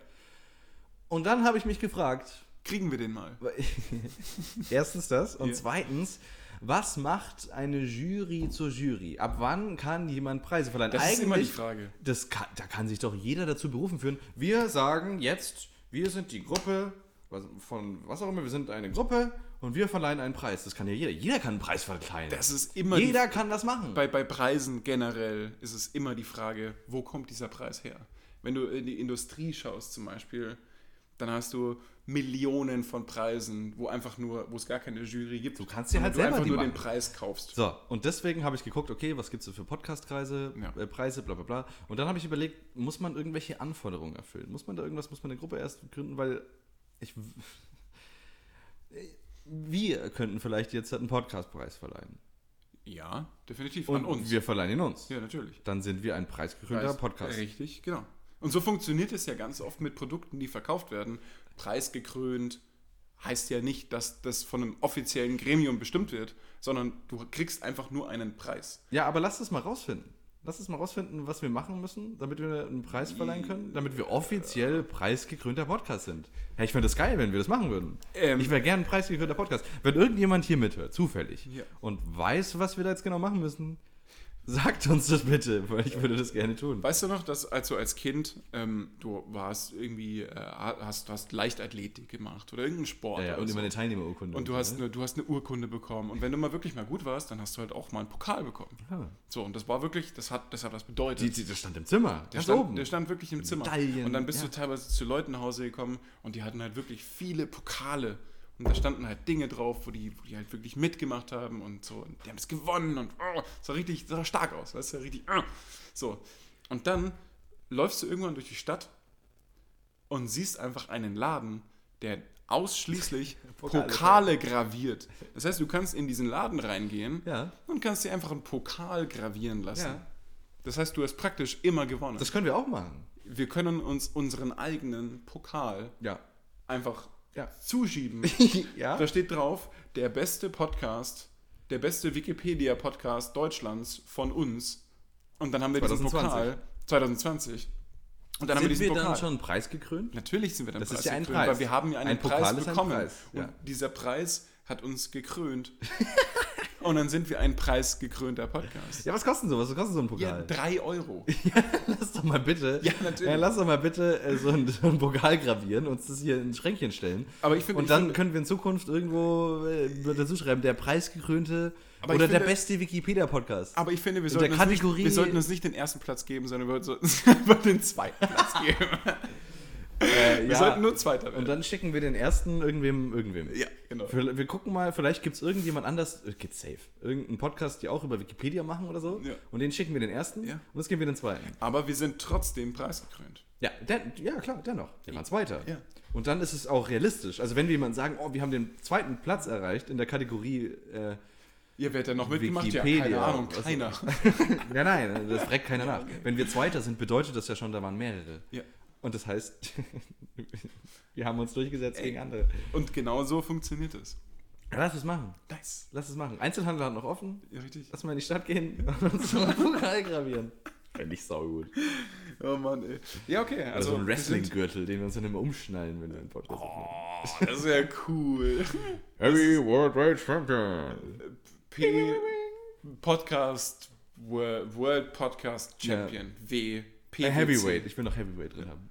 B: Und dann habe ich mich gefragt,
A: Kriegen wir den mal.
B: Erstens das und
A: Ja.
B: zweitens, was macht eine Jury zur Jury? Ab wann kann jemand Preise verleihen?
A: Das ist immer die Frage.
B: Das kann, da kann sich doch jeder dazu berufen führen. Wir sagen jetzt, wir sind die Gruppe was- von was auch immer, wir sind eine Gruppe und wir verleihen einen Preis. Das kann ja jeder. Jeder kann einen Preis verleihen.
A: Das ist immer
B: jeder kann das machen.
A: die, bei, bei Preisen generell ist es immer die Frage, wo kommt dieser Preis her? Wenn du in die Industrie schaust zum Beispiel, dann hast du Millionen von Preisen, wo einfach nur, wo es gar keine Jury gibt. Du
B: kannst dir halt selber
A: einfach
B: die
A: nur
B: machen.
A: den Preis kaufst.
B: So, und deswegen habe ich geguckt, okay, was gibt es für Podcastkreise,
A: Ja.
B: äh, Preise, bla bla bla. Und dann habe ich überlegt, muss man irgendwelche Anforderungen erfüllen? Muss man da irgendwas, muss man eine Gruppe erst gründen, weil ich. Wir könnten vielleicht jetzt einen Podcastpreis verleihen.
A: Ja, definitiv
B: Und
A: an uns.
B: wir verleihen ihn uns.
A: ja, natürlich.
B: Dann sind wir ein preisgekrönter
A: Preis-
B: Podcast.
A: Richtig, genau. Und so funktioniert es ja ganz oft mit Produkten, die verkauft werden. Preisgekrönt heißt ja nicht, dass das von einem offiziellen Gremium bestimmt wird, sondern du kriegst einfach nur einen Preis.
B: Ja, aber lass es mal rausfinden. Lass es mal rausfinden, was wir machen müssen, damit wir einen Preis verleihen können, damit wir offiziell preisgekrönter Podcast sind. Ja, ich fände das geil, wenn wir das machen würden.
A: Ähm.
B: ich wäre gern ein preisgekrönter Podcast. Wenn irgendjemand hier mithört, zufällig,
A: Ja.
B: und weiß, was wir da jetzt genau machen müssen, sagt uns das bitte, weil ich würde das gerne tun.
A: Weißt du noch, dass als du als Kind, ähm, du warst irgendwie, äh, hast, du hast Leichtathletik gemacht oder irgendeinen Sport.
B: Ja, ja,
A: oder
B: und
A: so.
B: immer eine Teilnehmerurkunde.
A: und du
B: so,
A: hast,
B: ne?
A: eine, du hast eine Urkunde bekommen. Und wenn du mal wirklich mal gut warst, dann hast du halt auch mal einen Pokal bekommen.
B: Ja.
A: So, und das war wirklich, das hat, das hat was bedeutet.
B: Die, die, das stand im Zimmer,
A: Der
B: ganz
A: stand,
B: oben.
A: der stand wirklich im Zimmer.
B: Medaillen,
A: und dann bist
B: ja.
A: du teilweise zu Leuten nach Hause gekommen und die hatten halt wirklich viele Pokale. Und da standen halt Dinge drauf, wo die, wo die halt wirklich mitgemacht haben und so. Und die haben es gewonnen und oh, sah richtig sah stark aus, weißt du, richtig. ah. So. Und dann läufst du irgendwann durch die Stadt und siehst einfach einen Laden, der ausschließlich
B: Pokale.
A: Pokale graviert. Das heißt, du kannst in diesen Laden reingehen
B: ja,
A: und kannst dir einfach einen Pokal gravieren lassen.
B: Ja.
A: Das heißt, du hast praktisch immer gewonnen
B: das können wir auch machen.
A: wir können uns unseren eigenen Pokal
B: Ja.
A: einfach
B: Ja.
A: zuschieben.
B: ja.
A: Da steht drauf, der beste Podcast, der beste Wikipedia-Podcast Deutschlands von uns. Und dann haben wir diesen
B: 2020.
A: Pokal 2020. Und dann haben wir
B: Sind
A: diesen
B: wir dann
A: Pokal.
B: schon preisgekrönt?
A: Natürlich sind wir dann
B: Das ist ja ein
A: gekrönt,
B: Preis.
A: Weil wir haben ja einen
B: Ein
A: Preis
B: Pokal ist ein
A: bekommen.
B: Preis, ja.
A: Und dieser Preis hat uns gekrönt. und dann sind wir ein preisgekrönter Podcast.
B: Ja, was kostet sowas? Was kostet so ein
A: Ja,
B: Pokal?
A: drei Euro.
B: lass doch mal bitte.
A: Ja, natürlich.
B: Äh, lass doch mal bitte äh, so, ein, so ein Pokal gravieren, uns das hier in ein Schränkchen stellen.
A: Aber ich finde-
B: Und
A: ich
B: dann
A: finde-
B: können wir in Zukunft irgendwo äh, dazu schreiben, der preisgekrönte
A: Aber ich
B: oder der
A: finde-
B: beste Wikipedia-Podcast.
A: Aber ich finde, wir
B: der
A: sollten, uns nicht,
B: Kategorie-
A: wir sollten uns nicht den ersten Platz geben, sondern wir sollten uns einfach den zweiten Platz geben.
B: Äh,
A: Wir sollten nur Zweiter werden.
B: Und dann schicken wir den ersten irgendwem, irgendwem.
A: Ja, genau.
B: Wir, wir gucken mal, vielleicht gibt es irgendjemand anders, äh, geht's safe, irgendeinen Podcast, die auch über Wikipedia machen oder so.
A: Ja.
B: Und den schicken wir den ersten
A: Ja.
B: und uns geben wir den zweiten.
A: Aber wir sind trotzdem preisgekrönt.
B: Ja, der, ja klar, dennoch. Wir waren Zweiter.
A: Ja.
B: Und dann ist es auch realistisch. Also wenn wir jemanden sagen, oh, wir haben den zweiten Platz erreicht in der Kategorie, äh,
A: Ihr werdet ja noch mitgemacht?
B: Wikipedia. Also
A: Ja, keine Ahnung,
B: Was-
A: keiner.
B: ja nein, das fragt keiner nach. Wenn wir Zweiter sind, bedeutet das ja schon, da waren mehrere.
A: Ja.
B: Und das heißt, wir haben uns durchgesetzt
A: Ey.
B: gegen andere.
A: Und genau so funktioniert es.
B: Ja, lass es machen.
A: Nice.
B: Lass es machen. Einzelhandel hat noch offen.
A: Ja, richtig.
B: Lass mal in die Stadt gehen und uns mal einen Pokal gravieren. Fände ich saugut.
A: Oh Mann, ey. Ja, okay.
B: Oder
A: Also,
B: so ein
A: wir sind-
B: Wrestling-Gürtel, den wir uns dann immer umschnallen, wenn wir einen Podcast machen.
A: Oh, das wäre cool.
B: Heavy Worldwide Champion.
A: P Podcast World, World Podcast Champion W P
B: Äh, Heavyweight. Äh. Ich will noch Heavyweight drin haben.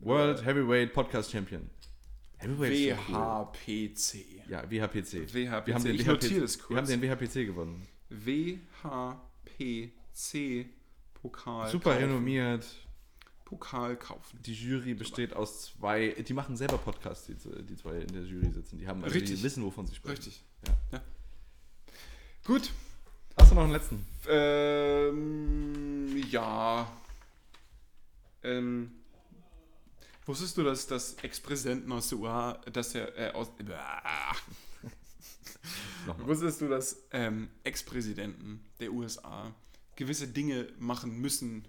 B: World Heavyweight Podcast Champion. Heavyweight ist schon cool.
A: WHPC
B: Ja, WHPC.
A: WHPC.
B: Wir haben den
A: Ich
B: WHPC
A: notiere das kurz.
B: Wir haben den WHPC gewonnen.
A: WHPC Pokal
B: Super
A: kaufen.
B: renommiert.
A: Pokal kaufen.
B: Die Jury besteht aus zwei. Die machen selber Podcasts, die, die zwei in der Jury sitzen. Die haben also
A: Richtig.
B: die wissen, wovon sie sprechen.
A: Richtig.
B: Ja.
A: Ja. Gut.
B: Hast du noch einen letzten?
A: Ähm, ja. Ähm, wusstest du, dass das Ex-Präsidenten aus der USA, dass er äh, aus Bäh.
B: Nochmal.
A: Wusstest du, dass ähm, Ex-Präsidenten der USA gewisse Dinge machen müssen?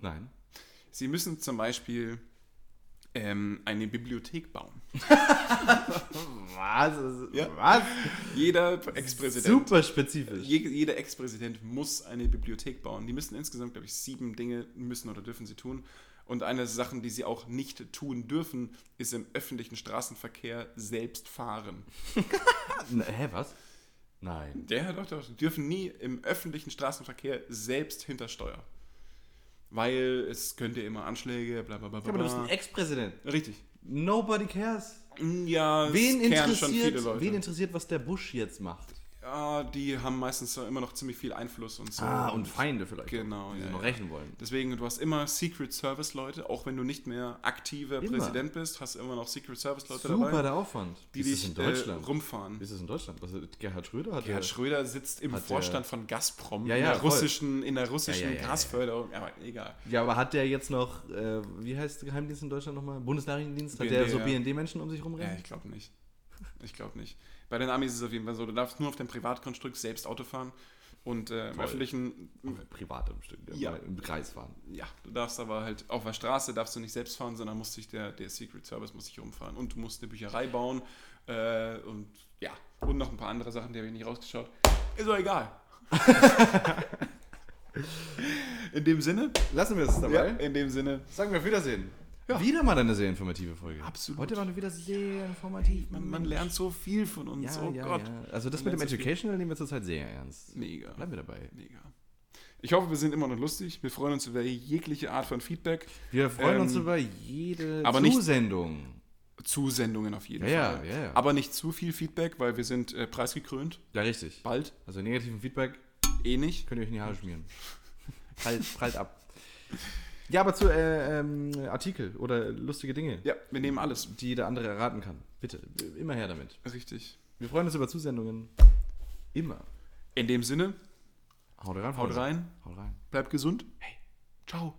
B: Nein.
A: Sie müssen zum Beispiel ähm, eine Bibliothek bauen.
B: Was?
A: Ja.
B: Was?
A: Jeder Ex-Präsident.
B: Super spezifisch.
A: Je, jeder Ex-Präsident muss eine Bibliothek bauen. Die müssen insgesamt, glaube ich, sieben Dinge müssen oder dürfen sie tun. Und eine der Sachen, die sie auch nicht tun dürfen, ist im öffentlichen Straßenverkehr selbst fahren.
B: Na, Hä, was? Nein.
A: Ja, doch, doch. Die dürfen nie im öffentlichen Straßenverkehr selbst hintersteuern. Weil es könnte immer Anschläge, bla bla bla
B: Aber du
A: bla.
B: bist ein Ex-Präsident.
A: Richtig.
B: Nobody cares.
A: Mm, Ja,
B: Wen
A: es kehren schon
B: interessiert,
A: viele Leute.
B: wen interessiert, was der Bush jetzt macht?
A: ja, die haben meistens so immer noch ziemlich viel Einfluss und so.
B: Ah, Feinde vielleicht.
A: Genau,
B: Genau.
A: ja, ja.
B: rächen wollen.
A: Deswegen, du hast immer Secret Service Leute, auch wenn du nicht mehr aktiver
B: Immer.
A: Präsident bist, hast du immer noch Secret Service Leute
B: Super
A: dabei,
B: der Aufwand.
A: die
B: ist es
A: dich
B: in
A: Äh,
B: Deutschland?
A: rumfahren.
B: ist es in Deutschland? Was, äh, Gerhard Schröder hat
A: Gerhard
B: ja-
A: Schröder sitzt im
B: Hat der-
A: Vorstand von Gazprom
B: Ja,
A: in
B: ja,
A: der
B: voll.
A: russischen, in der russischen
B: ja, ja, ja.
A: Gasförderung, aber egal.
B: äh, Ja, aber hat der jetzt noch, äh, wie heißt der Geheimdienst in Deutschland nochmal? Bundesnachrichtendienst? Hat
A: BND,
B: der so
A: ja.
B: BND-Menschen um sich
A: Ja,
B: rumrennen?
A: ich glaube nicht. Ich glaube nicht. Bei den Amis ist es auf jeden Fall so, du darfst nur auf deinem Privatgrundstück selbst Auto fahren und äh, im
B: Toll.
A: öffentlichen,
B: Privat im Stück,
A: Ja.
B: ja. im Kreis fahren.
A: ja, du darfst aber halt auf der Straße darfst du nicht selbst fahren, sondern musst dich der, der Secret Service muss dich rumfahren und du musst eine Bücherei bauen äh, und ja, und noch ein paar andere Sachen, die habe ich nicht rausgeschaut. Ist doch egal. in dem Sinne,
B: Lassen wir es
A: ja, in dem Sinne,
B: Sagen wir auf Wiedersehen.
A: Ja.
B: Wieder mal eine sehr informative Folge.
A: Absolut.
B: Heute war eine wieder sehr informativ.
A: man, man lernt so viel von uns.
B: Ja,
A: oh
B: ja,
A: Gott.
B: ja. Also das
A: Man
B: mit dem
A: lernt so viel.
B: Educational nehmen wir zurzeit sehr ernst.
A: Mega.
B: Bleiben wir dabei.
A: Mega. Ich hoffe, wir sind immer noch lustig. Wir freuen uns über jegliche Art von Feedback.
B: Wir freuen uns
A: Ähm,
B: über jede
A: aber nicht-
B: Zusendung.
A: Zusendungen auf jeden
B: Ja,
A: Fall.
B: ja, ja, ja.
A: Aber nicht zu viel Feedback, weil wir sind äh, preisgekrönt.
B: Ja, richtig.
A: Bald.
B: Also negativen Feedback
A: Eh nicht.
B: könnt ihr euch in die Haare schmieren. prallt, prallt ab. Ja, aber zu äh, ähm, Artikel oder lustige Dinge,
A: Ja, wir nehmen alles.
B: die der andere erraten kann. Bitte, immer her damit.
A: Richtig.
B: Wir freuen uns über Zusendungen. Immer.
A: In dem Sinne,
B: Haut rein.
A: haut
B: Freunde.
A: rein,
B: Haut rein.
A: bleibt gesund. Hey, ciao.